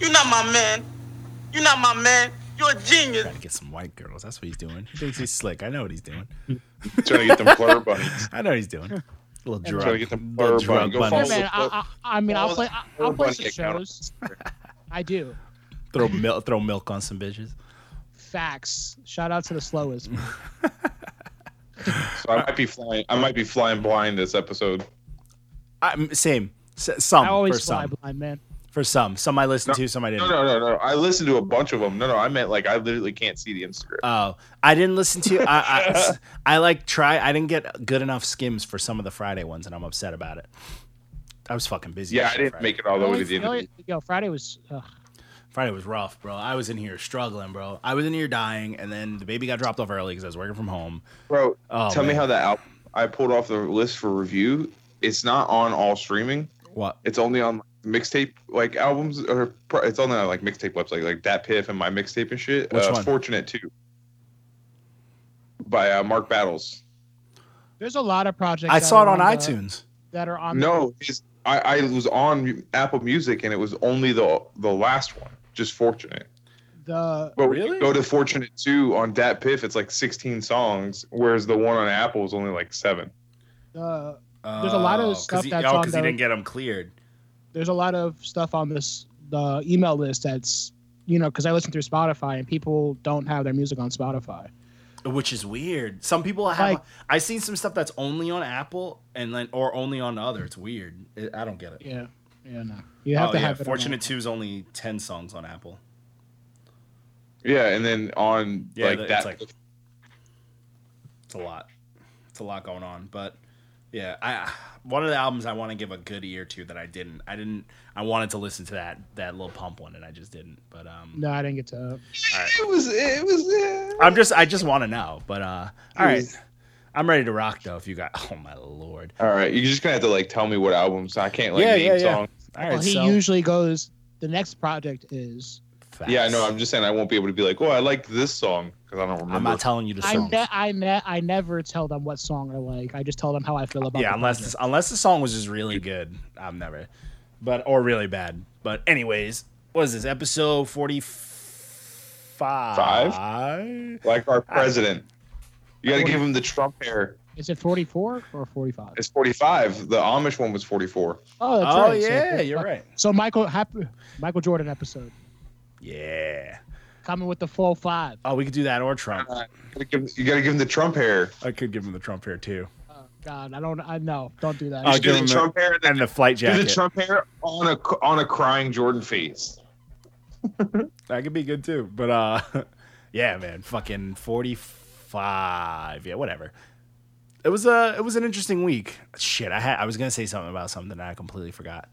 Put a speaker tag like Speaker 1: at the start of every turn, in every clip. Speaker 1: You're not my man. You're not my man. You're a genius.
Speaker 2: Gotta get some white girls. That's what he's doing. He thinks he's slick. I know what he's doing.
Speaker 3: Trying to get them flare bunnies.
Speaker 2: I know what he's doing. A little drug.
Speaker 3: Trying to get them
Speaker 2: little
Speaker 3: flare bunnies. Go
Speaker 2: bunny.
Speaker 3: follow
Speaker 4: Hey, man,
Speaker 3: the-
Speaker 4: I, I, I mean,
Speaker 3: follow
Speaker 4: I'll play.
Speaker 3: the
Speaker 4: I, I'll play
Speaker 3: Bunny
Speaker 4: some
Speaker 3: account.
Speaker 4: shows. I do.
Speaker 2: Throw milk. Throw milk on some bitches.
Speaker 4: Facts. Shout out to the slowest.
Speaker 3: So I might be flying. I might be flying blind this episode.
Speaker 2: I, same. S- some
Speaker 4: I
Speaker 2: for
Speaker 4: always fly
Speaker 2: some
Speaker 4: blind, man.
Speaker 2: for some. Some I listened to. Some I
Speaker 3: No,
Speaker 2: didn't.
Speaker 3: no, no, no. I listened to a bunch of them. No, no. I meant like I literally can't see the Instagram.
Speaker 2: Oh, I didn't listen to. I, I, I like try. I didn't get good enough skims for some of the Friday ones, and I'm upset about it. I was fucking busy.
Speaker 3: yeah,
Speaker 2: that
Speaker 3: I
Speaker 2: shit
Speaker 3: didn't
Speaker 2: Friday.
Speaker 3: make it all the way to the end.
Speaker 4: You
Speaker 3: of
Speaker 4: know
Speaker 3: the
Speaker 4: what? Yo, Friday was. ugh.
Speaker 2: Friday was rough, bro. I was in here struggling, bro. I was in here dying, and then the baby got dropped off early because I was working from home.
Speaker 3: Bro,
Speaker 2: Oh,
Speaker 3: tell me
Speaker 2: man.
Speaker 3: how that album I pulled off the list for review. It's not on all streaming.
Speaker 2: What?
Speaker 3: It's only on mixtape like albums or pro- it's only on like mixtape website like that piff and my mixtape and shit.
Speaker 2: Which
Speaker 3: uh,
Speaker 2: one?
Speaker 3: Fortunate too. By uh, Mark Battles.
Speaker 4: There's a lot of projects.
Speaker 2: I
Speaker 4: that
Speaker 2: saw it on
Speaker 4: are the-
Speaker 2: iTunes.
Speaker 4: That are on.
Speaker 3: No, his, I, I was on mu- Apple Music and it was only the the last one, just Fortunate.
Speaker 4: The
Speaker 3: But when you
Speaker 2: Oh, Really?
Speaker 3: go to Fortunate 2 on Dat Piff, it's like 16 songs, whereas the one on Apple is only like seven.
Speaker 4: the There's a lot of
Speaker 2: Oh, 'cause
Speaker 4: stuff
Speaker 2: he,
Speaker 4: that's
Speaker 2: oh,
Speaker 4: on
Speaker 2: 'cause he
Speaker 4: the-
Speaker 2: didn't get them cleared.
Speaker 4: there's a lot of stuff on this the email list that's you know because I listen through Spotify and people don't have their music on Spotify.
Speaker 2: which is weird. Some people have.
Speaker 4: Like-
Speaker 2: I've seen some stuff that's only on Apple and then or only on the other. It's weird. It, I don't get it.
Speaker 4: Yeah. Yeah. No. You have
Speaker 2: oh
Speaker 4: to
Speaker 2: yeah,
Speaker 4: have it on
Speaker 2: Fortunate Two is only ten songs on Apple.
Speaker 3: Yeah, and then on
Speaker 2: Yeah,
Speaker 3: like
Speaker 2: that-
Speaker 3: that
Speaker 2: it's like- It's a lot. It's a lot going on, but yeah, I one of the albums I want to give a good ear to that I didn't. I didn't. I wanted to listen to that that little pump one and I just didn't. But um,
Speaker 4: No, I didn't get to.
Speaker 3: it was it was yeah.
Speaker 2: I'm just I just want to know. But uh, all right, I'm ready to rock though. If you got, oh my lord,
Speaker 3: All right, you're just gonna have to like tell me what albums. I can't like
Speaker 2: Yeah,
Speaker 3: name
Speaker 2: yeah, yeah.
Speaker 3: songs.
Speaker 2: all right,
Speaker 4: Well, he
Speaker 2: so
Speaker 4: usually goes. The next project is.
Speaker 2: facts.
Speaker 3: Yeah, I know. I'm just saying I won't be able to be like, oh, I like this song because I don't remember.
Speaker 2: I'm not telling you the
Speaker 4: I
Speaker 2: songs.
Speaker 4: ne- I ne- I never tell them what song I like. I just tell them how I feel about.
Speaker 2: yeah,
Speaker 4: the
Speaker 2: unless
Speaker 4: project.
Speaker 2: this, unless the song was just really good, I'm never, but or really bad. But anyways, what is this episode forty five? Five.
Speaker 3: like our president. You got to give him the Trump hair.
Speaker 4: is it 44 or 45?
Speaker 3: It's 45. The Amish one was 44.
Speaker 4: Oh, that's
Speaker 2: Oh
Speaker 4: right. So-
Speaker 2: yeah, you're right.
Speaker 4: So Michael happy, Michael Jordan episode
Speaker 2: Yeah.
Speaker 4: coming with the full five.
Speaker 2: Oh, we could do that or Trump.
Speaker 3: You gotta give- you got to give him the Trump hair.
Speaker 2: I could give him the Trump here too,
Speaker 4: Oh, God, I don't. I know. Don't do that.
Speaker 2: I'll
Speaker 3: Just do
Speaker 2: give
Speaker 3: the
Speaker 2: him the-
Speaker 3: Trump hair.
Speaker 2: and the flight
Speaker 3: do
Speaker 2: jacket.
Speaker 3: the Trump hair on a on a crying Jordan face.
Speaker 2: that could be good too. But uh, yeah, man, fucking forty five. Yeah, whatever. It was a it was an interesting week. Shit, I had I was gonna say something about something and I completely forgot.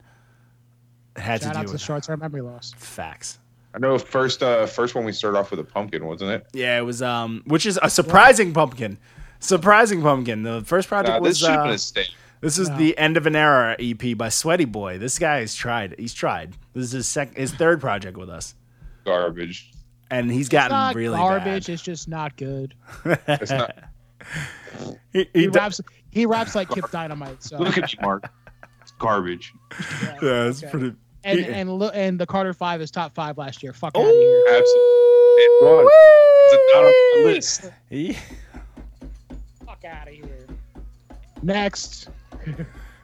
Speaker 2: It had
Speaker 4: Shout
Speaker 2: to
Speaker 4: out
Speaker 2: do
Speaker 4: to
Speaker 2: with
Speaker 4: short-term memory loss.
Speaker 2: facts.
Speaker 3: I know first uh first one we started off with a pumpkin, wasn't it?
Speaker 2: Yeah, it was um, which is a surprising pumpkin, surprising pumpkin. The first project
Speaker 3: Nah, this
Speaker 2: was
Speaker 3: should have been
Speaker 2: uh,
Speaker 3: a state.
Speaker 2: this is
Speaker 4: No.
Speaker 2: the end of an era EP by Sweaty Boy. This guy has tried. He's tried. This is his sec- his third project with us,
Speaker 3: Garbage.
Speaker 2: and he's gotten
Speaker 4: Not
Speaker 2: really
Speaker 4: garbage. It's just not good.
Speaker 2: bad.
Speaker 3: It's not.
Speaker 2: he, he
Speaker 4: He
Speaker 2: d-
Speaker 4: raps. He raps like Kip Dynamite. So
Speaker 3: Look at you, Mark. It's garbage.
Speaker 4: yeah,
Speaker 2: yeah, it's
Speaker 4: okay.
Speaker 2: pretty.
Speaker 4: And
Speaker 2: yeah.
Speaker 4: and lo- and the Carter Five is top five last year. Fuck out of here.
Speaker 2: Oh,
Speaker 3: It was. It's not on the list.
Speaker 2: He-
Speaker 4: Fuck out of here. Next.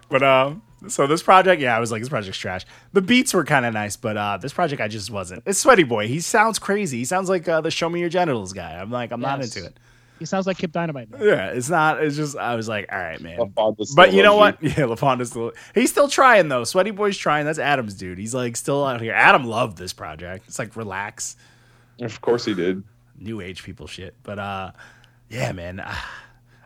Speaker 2: But um, so this project, yeah, I was like, this project's trash. The beats were kind of nice, but uh, this project I just wasn't. It's Sweaty Boy. He sounds crazy. He sounds like uh, the Show Me Your Genitals guy. I'm like, I'm not
Speaker 4: Yes.
Speaker 2: into it.
Speaker 4: He sounds like Kip Dynamite. now.
Speaker 2: Yeah, it's not. It's just I was like, all right, man.
Speaker 3: LaFonda still
Speaker 2: But you know
Speaker 3: loves
Speaker 2: what? Yeah, LaFonda's still he's still trying though. Sweaty Boy's trying. That's Adam's dude. He's like still out here. Adam loved this project. It's like relax,
Speaker 3: you. Of course he did.
Speaker 2: new age people shit. But uh, yeah, man, ah,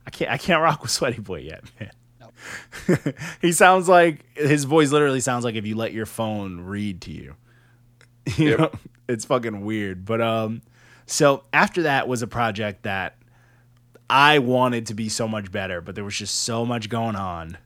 Speaker 2: I can't I can't rock with Sweaty Boy yet, man. he sounds like his voice literally sounds like if you let your phone read to you. You
Speaker 3: Yep.
Speaker 2: know, it's fucking weird. But um, so after that was a project that I wanted to be so much better, but there was just so much going on.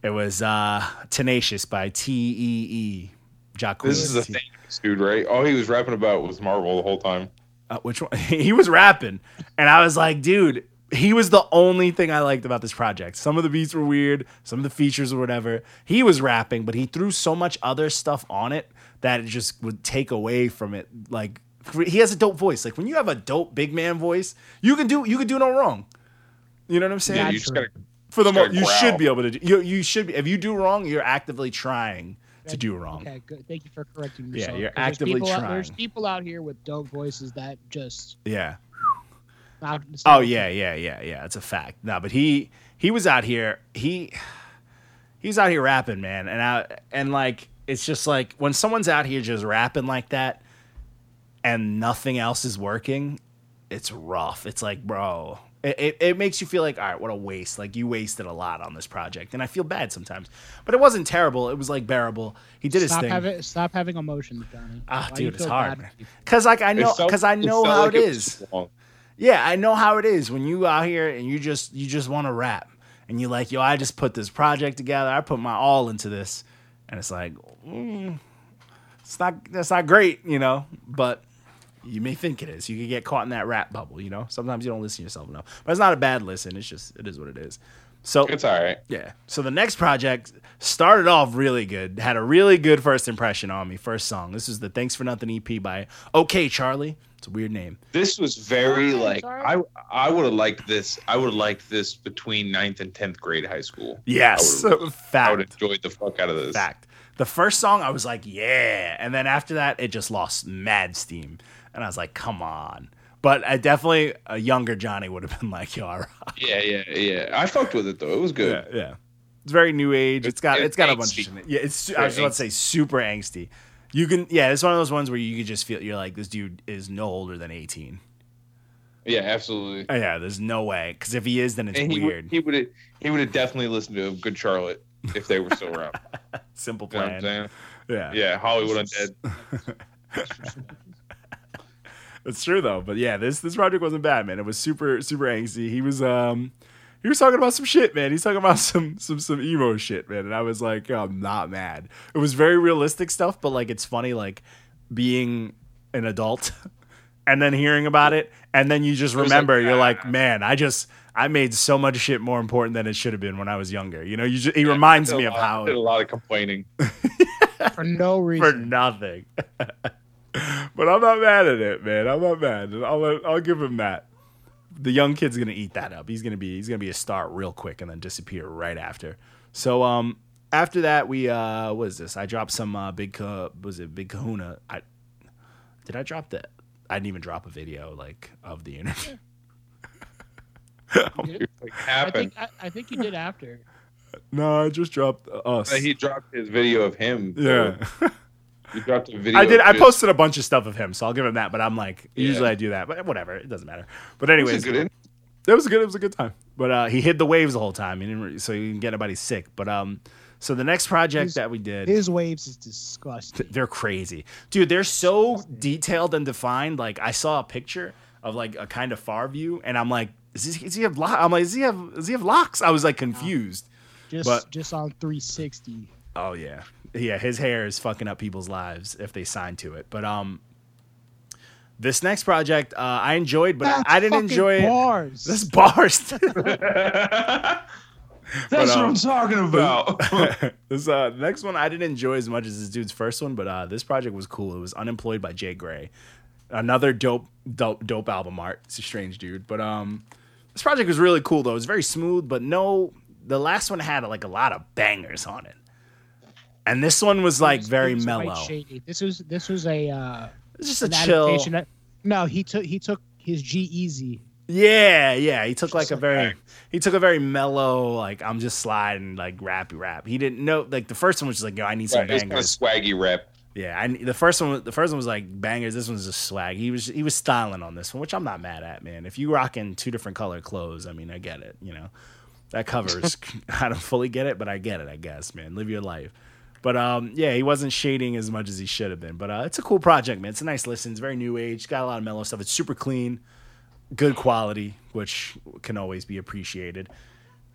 Speaker 2: It was uh Tenacious by T E E. Jacques.
Speaker 3: This is the
Speaker 2: T-
Speaker 3: thing, dude, right? All he was rapping about was Marvel the whole time.
Speaker 2: Uh, which one? he was rapping, and I was like, dude, he was the only thing I liked about this project. Some of the beats were weird, some of the features or whatever. He was rapping, but he threw so much other stuff on it that it just would take away from it. Like he has a dope voice. Like when you have a dope big man voice, you can do you can do no wrong. You know what I'm saying?
Speaker 3: Yeah, you just gotta.
Speaker 2: For the
Speaker 3: just
Speaker 2: mo
Speaker 3: gotta
Speaker 2: you
Speaker 3: growl.
Speaker 2: should be able to. Do, you you should be. If you do wrong, you're actively trying to do wrong.
Speaker 4: Okay, good. Thank you for correcting
Speaker 2: Um, Yeah,
Speaker 4: yourself.
Speaker 2: you're
Speaker 4: 'Cause there's
Speaker 2: actively
Speaker 4: people Out, there's
Speaker 2: trying.
Speaker 4: people out here with dope voices that just
Speaker 2: Yeah.
Speaker 4: not.
Speaker 2: Oh yeah, yeah, yeah, yeah. It's a fact. No, but he he was out here. He he was out here rapping, man. And I and like it's just like when someone's out here just rapping like that, and nothing else is working. It's rough. It's like, bro. It, it, it makes you feel like, all right, what a waste. Like, you wasted a lot on this project. And I feel bad sometimes. But it wasn't terrible. It was like bearable. He did his
Speaker 4: Stop
Speaker 2: thing.
Speaker 4: having stop having emotions, Johnny.
Speaker 2: Ah,
Speaker 4: Why do you
Speaker 2: dude, it's
Speaker 4: feel
Speaker 2: hard.
Speaker 4: bad for people?
Speaker 2: Because, like, I
Speaker 3: It
Speaker 2: know,
Speaker 3: felt-
Speaker 2: because I know
Speaker 3: felt
Speaker 2: how
Speaker 3: like
Speaker 2: it
Speaker 3: was
Speaker 2: is.
Speaker 3: wrong.
Speaker 2: Yeah, I know how it is when you out here and you just you just want to rap and you're like, yo, I just put this project together. I put my all into this, and it's like, mm, it's not that's not great, you know. But you may think it is. You could get caught in that rap bubble, you know. Sometimes you don't listen to yourself enough, but it's not a bad listen. It's just it is what it is. So
Speaker 3: It's all right.
Speaker 2: yeah. So the next project started off really good, had a really good first impression on me. First song. This is the Thanks for Nothing EP by OK Charlie. It's a weird name.
Speaker 3: This was very
Speaker 4: Sorry,
Speaker 3: like
Speaker 4: sorry.
Speaker 3: I I would have liked this. I would have liked this between ninth and tenth grade high school.
Speaker 2: Yes,
Speaker 3: I would I would have
Speaker 2: fact.
Speaker 3: enjoyed the fuck out of this.
Speaker 2: Fact. The first song, I was like, yeah, and then after that, it just lost mad steam, and I was like, come on. But I definitely a younger Johnny would have been like, yo, all right.
Speaker 3: Yeah, yeah, yeah. I fucked with it though. It was good.
Speaker 2: yeah, yeah. It's very new age. It's got
Speaker 3: It's-
Speaker 2: it's got a
Speaker 3: it's
Speaker 2: bunch of
Speaker 3: angsty.
Speaker 2: shit in it. Yeah, it's su- I
Speaker 3: Very
Speaker 2: was about to say super angsty. You can yeah, it's one of those ones where you could just feel you're like this dude is no older than 18.
Speaker 3: Yeah, absolutely.
Speaker 2: Oh, yeah, there's no way because if he is, then it's
Speaker 3: And he
Speaker 2: weird.
Speaker 3: would he would have he would have definitely listened to Good Charlotte if they were still around.
Speaker 2: Simple
Speaker 3: you know what I'm
Speaker 2: plan.
Speaker 3: saying?
Speaker 2: yeah,
Speaker 3: Yeah, Hollywood Undead.
Speaker 2: It's true though, but yeah, this this project wasn't bad, man. It was super super angsty. He was um he was talking about some shit, man. He's talking about some some some emo shit, man. And I was like, oh, I'm not mad. It was very realistic stuff, but like it's funny, like being an adult and then hearing about it, and then you just
Speaker 3: was
Speaker 2: remember,
Speaker 3: like,
Speaker 2: you're like,
Speaker 3: ah.
Speaker 2: man, I just I made so much shit more important than it should have been when I was younger. You know, you just, he
Speaker 3: Yeah,
Speaker 2: reminds
Speaker 3: did a
Speaker 2: me of
Speaker 3: lot-
Speaker 2: how
Speaker 3: did a lot of complaining.
Speaker 4: for no
Speaker 2: for
Speaker 4: reason.
Speaker 2: nothing. but I'm not mad at it, man. I'm not mad. I'll I'll give him that. The young kid's gonna eat that up. He's gonna be he's gonna be a star real quick and then disappear right after. So um after that we uh what is this? I dropped some uh big Ca- was it big Kahuna? I did I drop the I didn't even drop a video like of the interview.
Speaker 4: You did?
Speaker 3: It like
Speaker 4: I
Speaker 3: happened.
Speaker 4: think I, I think you did after.
Speaker 2: no, I just dropped us.
Speaker 3: Uh, He dropped his video of him.
Speaker 2: yeah.
Speaker 3: He dropped a video.
Speaker 2: I did.
Speaker 3: of
Speaker 2: I
Speaker 3: just-
Speaker 2: posted a bunch of stuff of him, so I'll give him that. But I'm like,
Speaker 3: Yeah.
Speaker 2: usually I do that, but whatever, it doesn't matter. But
Speaker 3: It was a
Speaker 2: anyways,
Speaker 3: good in-
Speaker 2: It was good. It was a good time. But uh, he hid the waves the whole time, he didn't re- so he didn't get anybody sick. But um, so the next project
Speaker 4: His-
Speaker 2: that we did,
Speaker 4: His waves is disgusting.
Speaker 2: they're crazy, dude. They're so detailed and defined. Like I saw a picture of like a kind of far view, and I'm like, is he, is he have locks? I'm like, does he have does he have locks? I was like confused.
Speaker 4: Just
Speaker 2: But-
Speaker 4: just on 360.
Speaker 2: Oh yeah, yeah. His hair is fucking up people's lives if they sign to it. But um, this next project uh, I enjoyed, but I,
Speaker 4: That's
Speaker 2: I didn't
Speaker 4: fucking
Speaker 2: enjoy it.
Speaker 4: bars.
Speaker 2: This bars.
Speaker 3: That's
Speaker 2: um,
Speaker 3: what I'm talking about.
Speaker 2: this uh, next one I didn't enjoy as much as this dude's first one, but uh, this project was cool. It was unemployed by Jay Gray, another dope, dope, dope album art. It's a strange dude, but um, this project was really cool though. It was very smooth, but no, the last one had like a lot of bangers on it, and this one was like
Speaker 4: This
Speaker 2: very
Speaker 4: was quite
Speaker 2: mellow.
Speaker 4: shady. This was this was a uh,
Speaker 2: It's just a
Speaker 4: an
Speaker 2: chill.
Speaker 4: adaptation that- no, he took he took his G Easy.
Speaker 2: Yeah, yeah. He took like a
Speaker 4: like
Speaker 2: very he took a very mellow like I'm just sliding like rappy rap. He didn't know like the first one was just like yo I need some
Speaker 3: Right, it was kind of
Speaker 2: bangers.
Speaker 3: swaggy rap.
Speaker 2: Yeah, I, the first one, the first one was like bangers. This one's just swag. He was he was styling on this one, which I'm not mad at, man. If you rocking two different color clothes, I mean, I get it. You know, that covers. I don't fully get it, but I get it. I guess, man. Live your life. But um, yeah, he wasn't shading as much as he should have been. But uh, it's a cool project, man. It's a nice listen. It's very new age. Got a lot of mellow stuff. It's super clean, good quality, which can always be appreciated.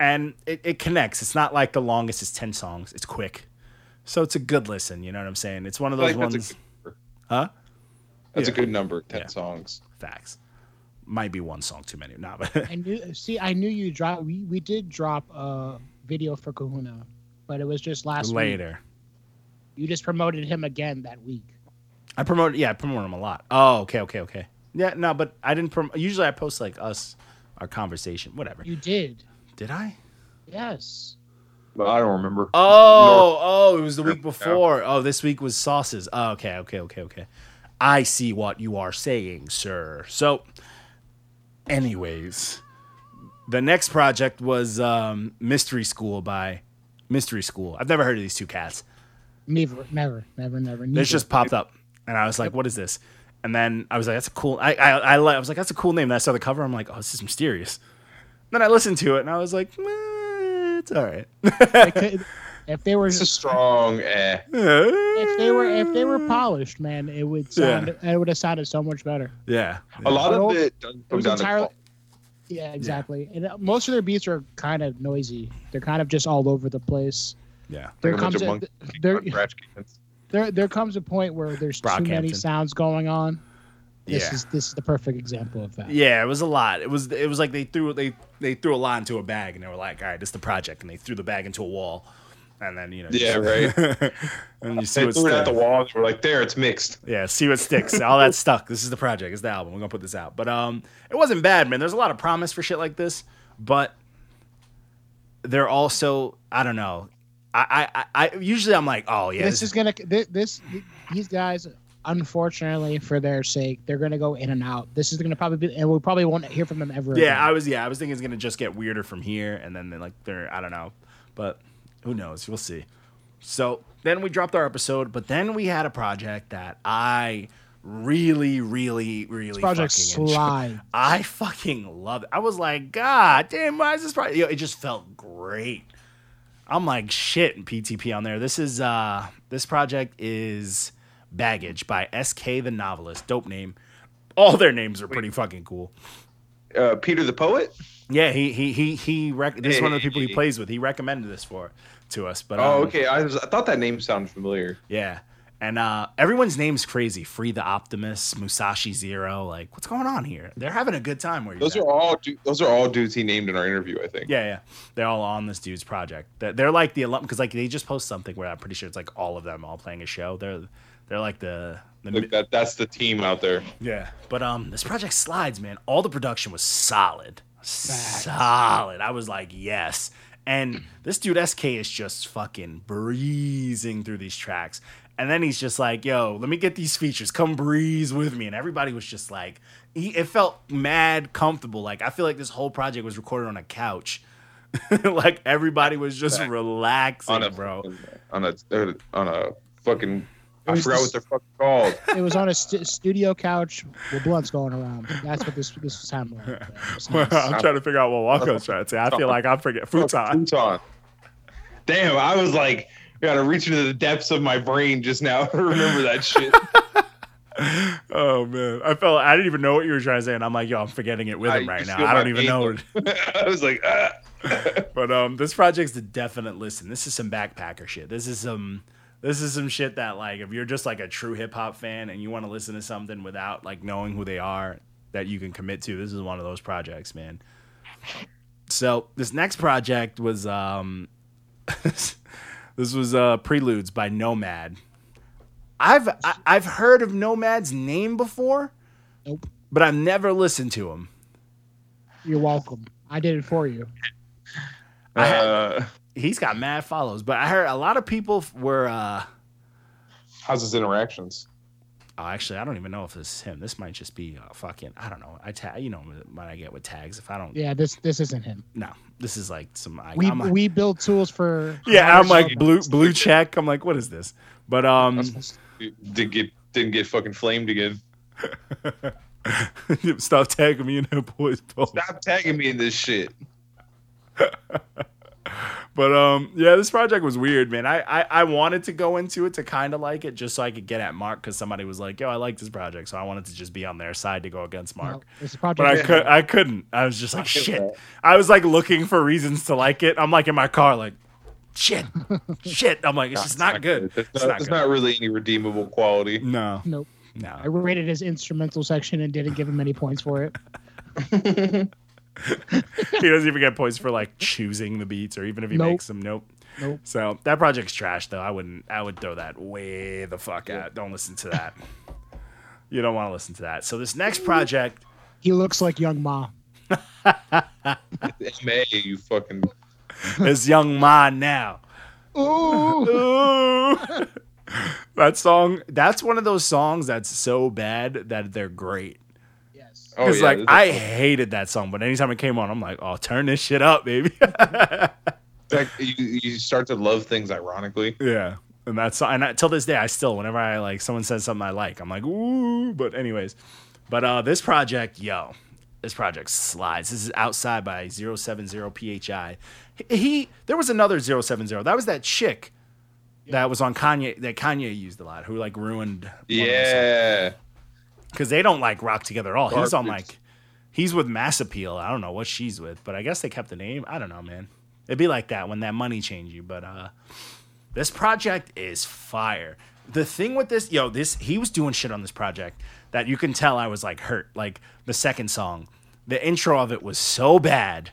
Speaker 2: And it, it connects. It's not like the longest. It's ten songs. It's quick. So it's a good listen, you know what I'm saying? It's one of those
Speaker 3: I feel like
Speaker 2: ones.
Speaker 3: that's a good number.
Speaker 2: Huh?
Speaker 3: That's
Speaker 2: Yeah.
Speaker 3: a good number. Ten
Speaker 2: Yeah.
Speaker 3: songs.
Speaker 2: Facts. Might be one song too many. Nah, but
Speaker 4: I knew see I knew you drop we, we did drop a video for Kahuna, but it was just last week.
Speaker 2: later.
Speaker 4: You just promoted him again that week.
Speaker 2: I promote. Yeah, I promote them a lot. Oh, okay, okay, okay. Yeah, no, but I didn't. Prom- Usually, I post like us, our conversation, whatever.
Speaker 4: You did.
Speaker 2: Did I?
Speaker 4: Yes.
Speaker 3: But I don't remember.
Speaker 2: Oh, oh, it was the week before. Oh, this week was sauces. Oh, okay, okay, okay, okay. I see what you are saying, sir. So, anyways, the next project was um, Mystery School by Mystery School. I've never heard of these two cats.
Speaker 4: Never, never, never, never. never.
Speaker 2: This just popped up, and I was like, "What is this?" And then I was like, "That's a cool." I I I, li- I was like, "That's a cool name." Then I saw the cover. I'm like, "Oh, this is mysterious." Then I listened to it, and I was like, "Meh, "It's all right."
Speaker 4: They could- if they were
Speaker 3: It's a strong eh.
Speaker 4: if
Speaker 2: if
Speaker 4: they were if they were polished, man, it would sound it would have sounded so much better.
Speaker 2: yeah,
Speaker 3: A lot
Speaker 4: Well,
Speaker 3: of it doesn't
Speaker 4: It
Speaker 3: come
Speaker 4: was
Speaker 3: down
Speaker 4: entirely.
Speaker 3: to
Speaker 4: Yeah, exactly. And uh, most of their beats are kind of noisy. They're kind of just all over the place.
Speaker 2: yeah.
Speaker 3: Like
Speaker 4: There
Speaker 3: a bunch
Speaker 4: comes
Speaker 3: of
Speaker 4: a,
Speaker 3: monkeys.
Speaker 4: there,
Speaker 3: Ratchet Kids.
Speaker 4: there there comes a point where there's too many
Speaker 2: Brockhampton.
Speaker 4: sounds going on. This
Speaker 2: Yeah.
Speaker 4: is this is the perfect example of that.
Speaker 2: Yeah, it was a lot. It was it was like they threw they they threw a lot into a bag, and they were like, "All right, this is the project," and they threw the bag into a wall, and then you know,
Speaker 3: Yeah, right.
Speaker 2: and you see
Speaker 3: They
Speaker 2: what
Speaker 3: threw it at
Speaker 2: sticks.
Speaker 3: the wall. and We're like, there, it's mixed.
Speaker 2: Yeah, see what sticks. All that stuck. This is the project. It's the album. We're gonna put this out. But um, it wasn't bad, man. There's a lot of promise for shit like this, but they're also I don't know. I I, I I- usually I'm like, oh yeah,
Speaker 4: this
Speaker 2: this
Speaker 4: is gonna this, this these guys unfortunately for their sake they're gonna go in and out this is gonna probably be and we probably won't hear from them ever
Speaker 2: yeah. I
Speaker 4: again.
Speaker 2: was yeah, I was thinking it's gonna just get weirder from here, and then they're like they're I don't know, but who knows? We'll see. So then we dropped our episode, but then we had a project that I really, really, really
Speaker 4: project
Speaker 2: fucking enjoyed.
Speaker 4: slide
Speaker 2: I fucking love it. I was like, God damn, why is this project? Yo, it just felt great. I'm like, shit, PTP on there. This is uh this project is Baggage by SK the Novelist. Dope name. All their names are pretty fucking cool.
Speaker 3: Uh, Peter the Poet?
Speaker 2: Yeah, he he he he rec- this is one of the people he
Speaker 3: Hey.
Speaker 2: plays with. He recommended this for to us. But
Speaker 3: Oh,
Speaker 2: um,
Speaker 3: okay. I, was, I thought that name sounded familiar.
Speaker 2: yeah. And uh, everyone's name's crazy. Free the Optimist, Musashi Zero. Like, what's going on here? They're having a good time. Where you're
Speaker 3: Those
Speaker 2: at.
Speaker 3: are all du- those are all dudes he named in our interview, I think.
Speaker 2: Yeah, yeah. They're all on this dude's project. They're, they're like the alum because like they just post something where I'm pretty sure it's like all of them all playing a show. They're they're like the, the
Speaker 3: Like that that's the team out there.
Speaker 2: yeah. But um, this project slides, man. All the production was solid, solid. I was like, yes. And this dude SK is just fucking breezing through these tracks. And then he's just like, yo, let me get these features. Come breeze with me. And everybody was just like, he, it felt mad comfortable. Like, I feel like this whole project was recorded on a couch. like, everybody was just relaxing,
Speaker 3: on a
Speaker 2: bro.
Speaker 3: on a uh, on a fucking I
Speaker 4: was
Speaker 3: forgot
Speaker 4: this-
Speaker 3: what they're fucking called.
Speaker 4: it was on a st- studio couch with blunts going around that's what this this was happening like, man. It was nice.
Speaker 2: I'm trying to figure out what Walco's trying to say. I feel like I'm forgetting. Futon.
Speaker 3: Futon. Damn, I was like, gotta reach into the depths of my brain just now to remember that shit.
Speaker 2: Oh man, I felt I didn't even know what you were trying to say, and I'm like, yo, I'm forgetting it with
Speaker 3: I
Speaker 2: him right
Speaker 3: just
Speaker 2: now.
Speaker 3: feel
Speaker 2: I don't
Speaker 3: my
Speaker 2: even
Speaker 3: pain.
Speaker 2: know.
Speaker 3: I was like, ah.
Speaker 2: But um, this project's a definite listen. This is some backpacker shit. This is some this is some shit that like if you're just like a true hip hop fan and you want to listen to something without like knowing who they are that you can commit to, this is one of those projects, man. So this next project was um, this was uh Preludes by Nomad. I've I, I've heard of Nomad's name before.
Speaker 4: Nope.
Speaker 2: But I've never listened to him.
Speaker 4: you're welcome i did it for you
Speaker 2: I had-
Speaker 3: Uh,
Speaker 2: He's got mad follows, but I heard a lot of people f- were. uh
Speaker 3: how's his interactions?
Speaker 2: Oh, actually, I don't even know if this is him. This might just be uh, fucking. I don't know. I tag. You know what I get with tags. If I don't.
Speaker 4: yeah this this isn't him
Speaker 2: No, this is like some. I,
Speaker 4: we
Speaker 2: I'm like,
Speaker 4: we build tools for
Speaker 2: yeah, I'm like
Speaker 4: Nomads.
Speaker 2: blue blue check. I'm like, what is this? But um,
Speaker 3: Did get didn't get fucking flamed again.
Speaker 2: stop tagging me in that boys post.
Speaker 3: Stop tagging me in this shit.
Speaker 2: But um, yeah, this project was weird, man. I I, I wanted to go into it to kind of like it, just so I could get at Mark because somebody was like, "Yo, I like this project," so I wanted to just be on their side to go against Mark.
Speaker 4: No, this is project
Speaker 2: But I
Speaker 4: Zero.
Speaker 2: could I couldn't. I was just like
Speaker 3: feel
Speaker 2: shit.
Speaker 3: that.
Speaker 2: I was like looking for reasons to like it. I'm like in my car like shit. shit. I'm like it's just not good.
Speaker 3: There's
Speaker 2: It's
Speaker 3: not,
Speaker 2: not
Speaker 3: there's
Speaker 2: good.
Speaker 3: not really any redeemable quality.
Speaker 2: No.
Speaker 4: Nope. I
Speaker 2: No.
Speaker 4: rated his instrumental section and didn't give him any points for it.
Speaker 2: He doesn't even get points for like choosing the beats or even if he
Speaker 4: Nope.
Speaker 2: makes them. Nope.
Speaker 4: Nope.
Speaker 2: So that project's trash, though. I wouldn't. I would throw that way the fuck out. Don't listen to that. you don't want to listen to that. So this next project,
Speaker 4: He looks like Young Ma.
Speaker 3: MA, you fucking. oh,
Speaker 2: is Young Ma now.
Speaker 4: Ooh.
Speaker 2: Ooh. that song. That's one of those songs that's so bad that they're great.
Speaker 4: yes.
Speaker 3: Oh,
Speaker 2: It's
Speaker 3: yeah,
Speaker 2: like
Speaker 3: that's-
Speaker 2: I hated that song, but anytime it came on, I'm like, "Oh, turn this shit up, baby."
Speaker 3: Like, you, you start to love things ironically.
Speaker 2: Yeah, and that's and I, till this day I still whenever I like someone says something I like I'm like ooh. But anyways, but uh, this project, yo, this project slides. This is outside by 070 phi. He, he- there was another 070. That was that chick that was on Kanye that Kanye used a lot who like ruined
Speaker 3: Yeah.
Speaker 2: because they don't like rock together at all. He's on
Speaker 3: Garbage.
Speaker 2: like he's with Mass Appeal. I don't know what she's with, but I guess they kept the name. I don't know, man. It'd be like that when that money changed you. But uh this project is fire. The thing with this, yo, this he was doing shit on this project that you can tell I was like hurt. Like the second song, the intro of it was so bad.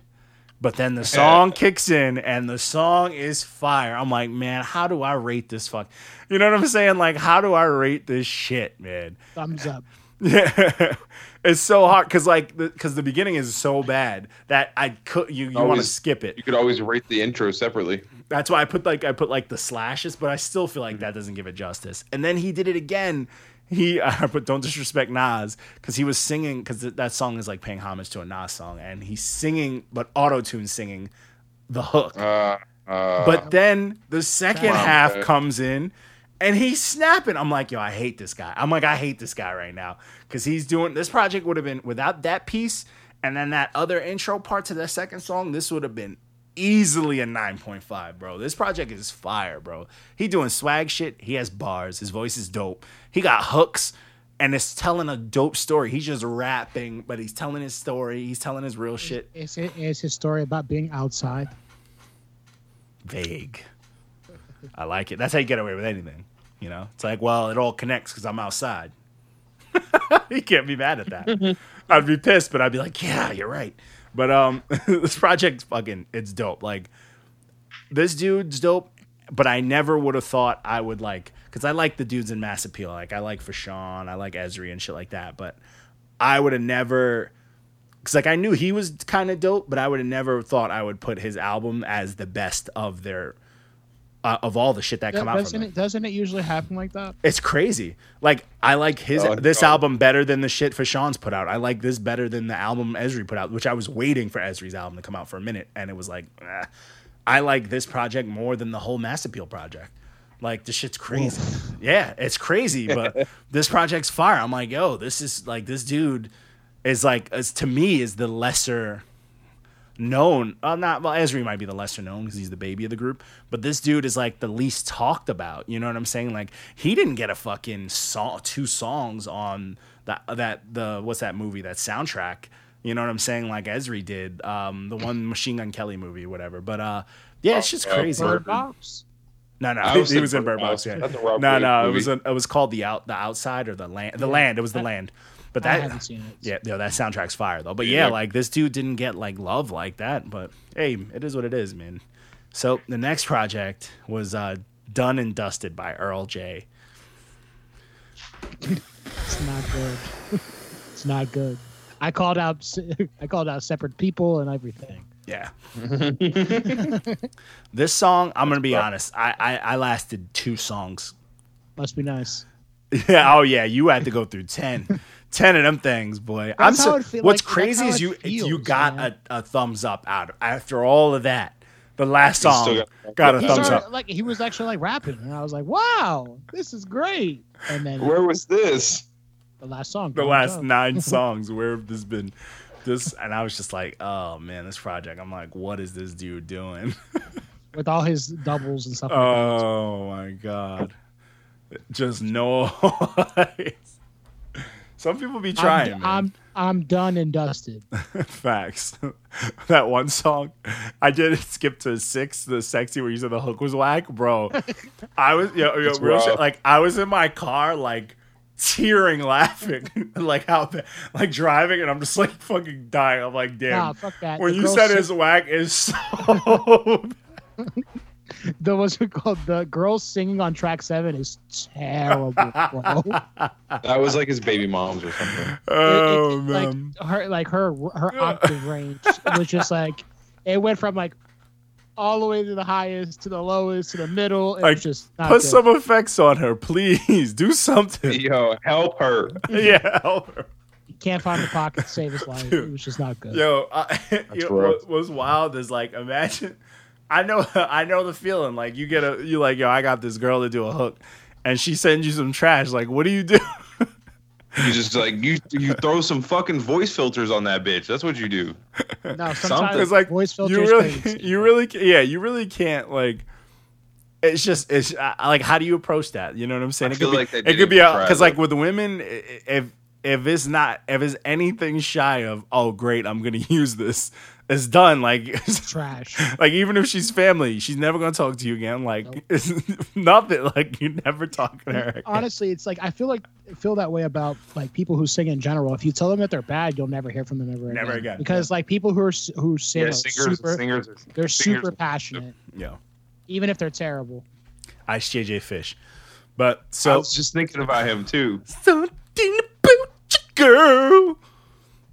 Speaker 2: But then the song kicks in and the song is fire. I'm like, man, how do I rate this fuck? You know what I'm saying? Like, how do I rate this shit, man?
Speaker 4: Thumbs up.
Speaker 2: Yeah, it's so hard because like because the, beginning is so bad that I could you you want to
Speaker 3: Always-
Speaker 2: skip it.
Speaker 3: You could always rate the intro separately.
Speaker 2: That's why I put like I put like the slashes, but I still feel like that doesn't give it justice. And then he did it again. He I put don't disrespect Nas because he was singing because th- that song is like paying homage to a Nas song, and he's singing but auto tune singing the hook.
Speaker 3: Uh, uh,
Speaker 2: But then the second
Speaker 3: Wow.
Speaker 2: half comes in and he's snapping. I'm like, yo, I hate this guy. I'm like, I hate this guy right now. Cause he's doing this project would have been without that piece and then that other intro part to the second song, this would have been easily a 9.5, bro. This project is fire, bro. He doing swag shit. He has bars. His voice is dope. He got hooks and it's telling a dope story. He's just rapping, but he's telling his story. He's telling his real shit.
Speaker 4: It's, it's his story about being outside.
Speaker 2: vague. I like it. That's how you get away with anything. You know, it's like, well, it all connects because I'm outside. you can't be mad at that. I'd be pissed, but I'd be like, yeah, you're right. But um, this project's fucking, it's dope. Like, this dude's dope, but I never would have thought I would like, because I like the dudes in Mass Appeal. Like, I like Fashawn, I like Esri and shit like that. But I would have never because like I knew he was kind of dope, but I would have never thought I would put his album as the best of their uh, of all the shit that come out
Speaker 4: Doesn't
Speaker 2: from it.
Speaker 4: it, doesn't it usually happen like that?
Speaker 2: It's crazy. Like I like his
Speaker 3: Oh,
Speaker 2: this
Speaker 3: no.
Speaker 2: album better than the shit for Sean's put out. I like this better than the album Esri put out, which I was waiting for Esri's album to come out for a minute, and it was like, eh. I like this project more than the whole Mass Appeal project. Like this shit's crazy. Yeah, it's crazy, but this project's fire. I'm like, yo, this is like this dude is like is, to me is the lesser known. Uh, not well, Esri might be the lesser known because he's the baby of the group, but this dude is like the least talked about. You know what I'm saying? Like he didn't get a fucking song, two songs on that that the what's that movie that soundtrack. You know what I'm saying? Like Esri did, um, the one Machine Gun Kelly movie, whatever. But uh, yeah, it's just
Speaker 3: Oh, uh,
Speaker 2: crazy.
Speaker 3: Bird
Speaker 4: Bird Box.
Speaker 2: No, no,
Speaker 3: I
Speaker 2: he,
Speaker 3: was
Speaker 2: he
Speaker 3: in
Speaker 2: was in
Speaker 3: Bird
Speaker 2: Bird Box.
Speaker 3: Box.
Speaker 2: Yeah.
Speaker 3: That's a Rob
Speaker 2: No,
Speaker 3: Reiner
Speaker 2: no, it
Speaker 3: movie.
Speaker 2: was an, it was called the out the outside or the land the land. It was the land, but
Speaker 4: I
Speaker 2: that
Speaker 4: haven't seen it.
Speaker 2: yeah, no, that soundtrack's fire though. But yeah,
Speaker 3: Yeah.
Speaker 2: like this dude didn't get like love like that. But hey, it is what it is, man. So the next project was uh, done and dusted by Earl J.
Speaker 4: It's not good. it's not good. I called out. se- I called out separate people and everything.
Speaker 2: Yeah. this song, I'm gonna be honest. I, I I lasted two songs.
Speaker 4: Must be nice.
Speaker 2: Yeah. Oh yeah, you had to go through 10. 10 of them things, boy. I'm
Speaker 4: That's
Speaker 2: so,
Speaker 4: how it feel-
Speaker 2: what's
Speaker 4: like, that's
Speaker 2: crazy
Speaker 4: how
Speaker 2: is
Speaker 4: it
Speaker 2: you you
Speaker 4: feels,
Speaker 2: got
Speaker 4: man.
Speaker 2: a, a thumbs up out of, after all of that. The last
Speaker 3: You still
Speaker 2: song
Speaker 3: got-
Speaker 2: got a
Speaker 4: He
Speaker 2: thumbs
Speaker 4: started,
Speaker 2: up.
Speaker 4: like he was actually like rapping, and I was like, "Wow, this is great." And then
Speaker 3: Where was this?
Speaker 4: the last song.
Speaker 2: the
Speaker 4: Grown
Speaker 2: last
Speaker 4: Dog.
Speaker 2: nine songs where have this been this and i was just like oh man this project i'm like what is this dude doing
Speaker 4: with all his doubles and stuff. like that.
Speaker 2: oh my god just no some people be trying man.
Speaker 4: I'm, I'm I'm done and dusted.
Speaker 2: facts that one song i did skip to six the sexy where you said the hook was whack bro i was yo, yo,
Speaker 3: It's
Speaker 2: real shit,
Speaker 3: rough.
Speaker 2: like i was in my car like tearing laughing like how ba- like driving and i'm just like fucking dying i'm like damn
Speaker 4: Nah, fuck that.
Speaker 2: when
Speaker 4: The
Speaker 2: you
Speaker 4: girl
Speaker 2: said
Speaker 4: sing-
Speaker 2: his whack is so
Speaker 4: the what's it called? The girls singing on track seven is terrible. bro.
Speaker 3: That was like his baby mom's or something.
Speaker 2: Oh
Speaker 4: It- it-
Speaker 2: man.
Speaker 4: Like her, like her, her octave range was just like it went from like all the way to the highest to the lowest to the middle. It
Speaker 2: Like,
Speaker 4: was just not
Speaker 2: Put
Speaker 4: good.
Speaker 2: some effects on her, please. Do something.
Speaker 3: Yo, help her.
Speaker 2: yeah. help her.
Speaker 4: He can't find the pocket to save his life. It was just not good.
Speaker 2: Yo, I, you know,
Speaker 3: rough.
Speaker 2: what, what's wild is like imagine. I know, I know the feeling. Like you get a, you like, yo, I got this girl to do a hook, and she sends you some trash. Like, what do you do?
Speaker 3: You just like you you throw some fucking voice filters on that bitch. That's what you do.
Speaker 4: No, sometimes
Speaker 3: Something.
Speaker 2: It's like
Speaker 4: voice filters.
Speaker 2: you really,
Speaker 4: crazy.
Speaker 2: you really, ca- yeah, you really can't like. It's just it's I- I- like how do you approach that? You know what I'm saying?
Speaker 3: I
Speaker 2: it
Speaker 3: feel
Speaker 2: could
Speaker 3: like they
Speaker 2: be it could
Speaker 3: didn't
Speaker 2: be
Speaker 3: try
Speaker 2: because like
Speaker 3: that.
Speaker 2: with women, i- i- if if it's not if it's anything shy of oh great I'm gonna use this, it's done. Like
Speaker 4: trash.
Speaker 2: like even if she's family, she's never gonna talk to you again. Like it's nothing. Like you never talk to her. Again.
Speaker 4: Honestly, it's like I feel like I feel that way about like people who sing in general. If you tell them that they're bad, you'll never hear from them ever again.
Speaker 2: Never again,
Speaker 4: Because like people who are s- who sing
Speaker 3: Yeah,
Speaker 4: are
Speaker 3: singers,
Speaker 4: super,
Speaker 3: singers. are-
Speaker 4: they're
Speaker 3: singers
Speaker 4: super
Speaker 3: are-
Speaker 4: passionate,
Speaker 2: yeah,
Speaker 4: even if they're terrible.
Speaker 2: I JJ Fish, but
Speaker 3: I
Speaker 2: so
Speaker 3: was just thinking about him too.
Speaker 2: something about you, girl.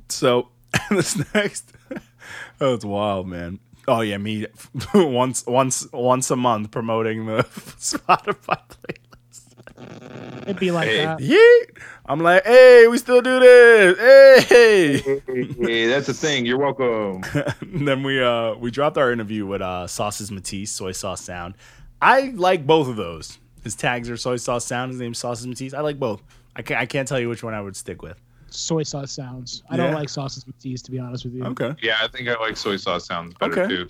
Speaker 2: So this next, oh, it's wild, man. Oh yeah, me once, once, once a month promoting the Spotify playlist.
Speaker 4: It'd be like
Speaker 3: Hey.
Speaker 4: that.
Speaker 2: Yeah, I'm like, hey, we still do this. Hey,
Speaker 3: hey, that's the thing. You're welcome.
Speaker 2: and then we uh we dropped our interview with uh Sauces Matisse, Soy Sauce Sound. I like both of those. His tags are Soy Sauce Sound. His name's Sauces Matisse. I like both. I can't, I can't tell you which one I would stick with.
Speaker 4: Soy sauce sounds. I don't
Speaker 2: Yeah.
Speaker 4: like sauces with T's, to be honest with you.
Speaker 2: Okay.
Speaker 3: Yeah, I think I like soy sauce sounds better
Speaker 2: Okay.
Speaker 3: too.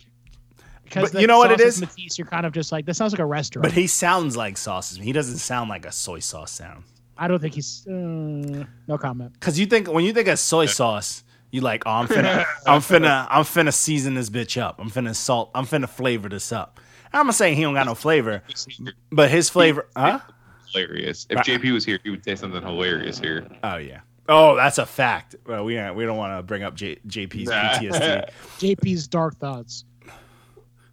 Speaker 4: Because
Speaker 2: But
Speaker 4: the
Speaker 2: you know what it
Speaker 4: sauces
Speaker 2: is?
Speaker 4: with T's, you're kind of just like that sounds like a restaurant.
Speaker 2: But he sounds like sauces. He doesn't sound like a soy sauce sound.
Speaker 4: I don't think he's. Uh, no comment.
Speaker 2: Cause you think when you think of soy sauce, you like, oh, I'm finna, I'm finna, I'm finna season this bitch up. I'm finna salt. I'm finna flavor this up. I'm not saying he don't got no flavor, but his flavor, huh?
Speaker 3: Hilarious. If JP was here, he would say something hilarious here.
Speaker 2: Oh yeah. Oh, that's a fact. Well, we uh, we don't want to bring up J, JP's
Speaker 3: Nah.
Speaker 2: PTSD.
Speaker 4: JP's dark thoughts.